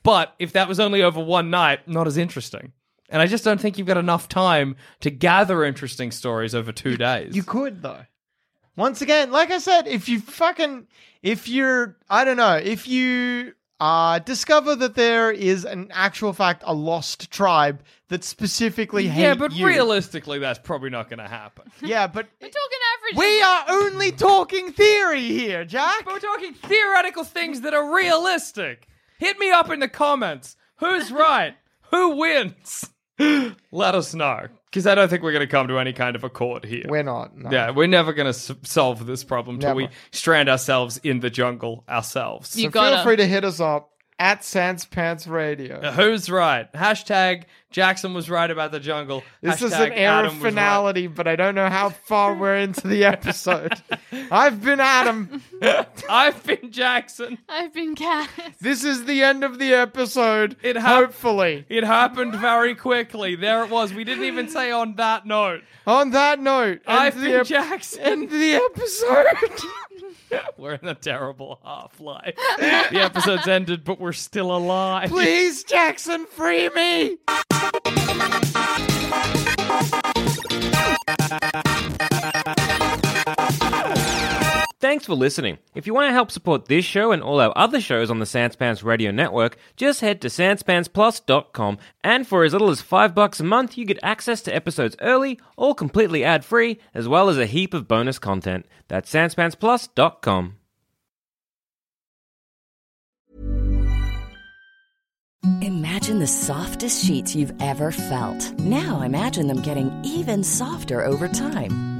[SPEAKER 2] But if that was only over one night, not as interesting. And I just don't think you've got enough time to gather interesting stories over two days.
[SPEAKER 4] You could though. Once again, like I said, if you fucking if you're I don't know, if you uh discover that there is an actual fact a lost tribe that specifically hate
[SPEAKER 2] yeah, but
[SPEAKER 4] you-
[SPEAKER 2] realistically, that's probably not going to happen.
[SPEAKER 4] Yeah, but
[SPEAKER 3] We're talking average.
[SPEAKER 4] we are only talking theory here, Jack.
[SPEAKER 2] But we're talking theoretical things that are realistic. Hit me up in the comments. Who's right? Who wins? Let us know. Because I don't think we're going to come to any kind of accord here.
[SPEAKER 4] We're not. No.
[SPEAKER 2] yeah, we're never going to s- solve this problem till we
[SPEAKER 4] Never.
[SPEAKER 2] strand ourselves in the jungle ourselves.
[SPEAKER 3] You
[SPEAKER 4] So
[SPEAKER 3] gotta-
[SPEAKER 4] feel free to hit us up at Sans Pants Radio.
[SPEAKER 2] Who's right? Hashtag Jackson was right about the jungle.
[SPEAKER 4] This is
[SPEAKER 2] Hashtag
[SPEAKER 4] an air
[SPEAKER 2] Adam
[SPEAKER 4] of
[SPEAKER 2] was right.
[SPEAKER 4] finality, but I don't know how far we're into the episode. I've been Adam.
[SPEAKER 2] I've been Jackson.
[SPEAKER 3] I've been cat.
[SPEAKER 4] This is the end of the episode.
[SPEAKER 2] It hap-
[SPEAKER 4] hopefully.
[SPEAKER 2] It happened very quickly. There it was. We didn't even say on that note.
[SPEAKER 4] On that note, end
[SPEAKER 2] I've
[SPEAKER 4] the
[SPEAKER 2] been
[SPEAKER 4] ep-
[SPEAKER 2] Jackson.
[SPEAKER 4] End the episode.
[SPEAKER 2] We're in a terrible half life. the episode's ended, but we're still alive.
[SPEAKER 4] Please, Jackson, free me.
[SPEAKER 6] Thanks for listening. If you want to help support this show and all our other shows on the Sanspants Radio Network, just head to sanspantsplus.com and for as little as 5 bucks a month, you get access to episodes early, all completely ad-free, as well as a heap of bonus content. That's sanspantsplus.com.
[SPEAKER 7] Imagine the softest sheets you've ever felt. Now imagine them getting even softer over time.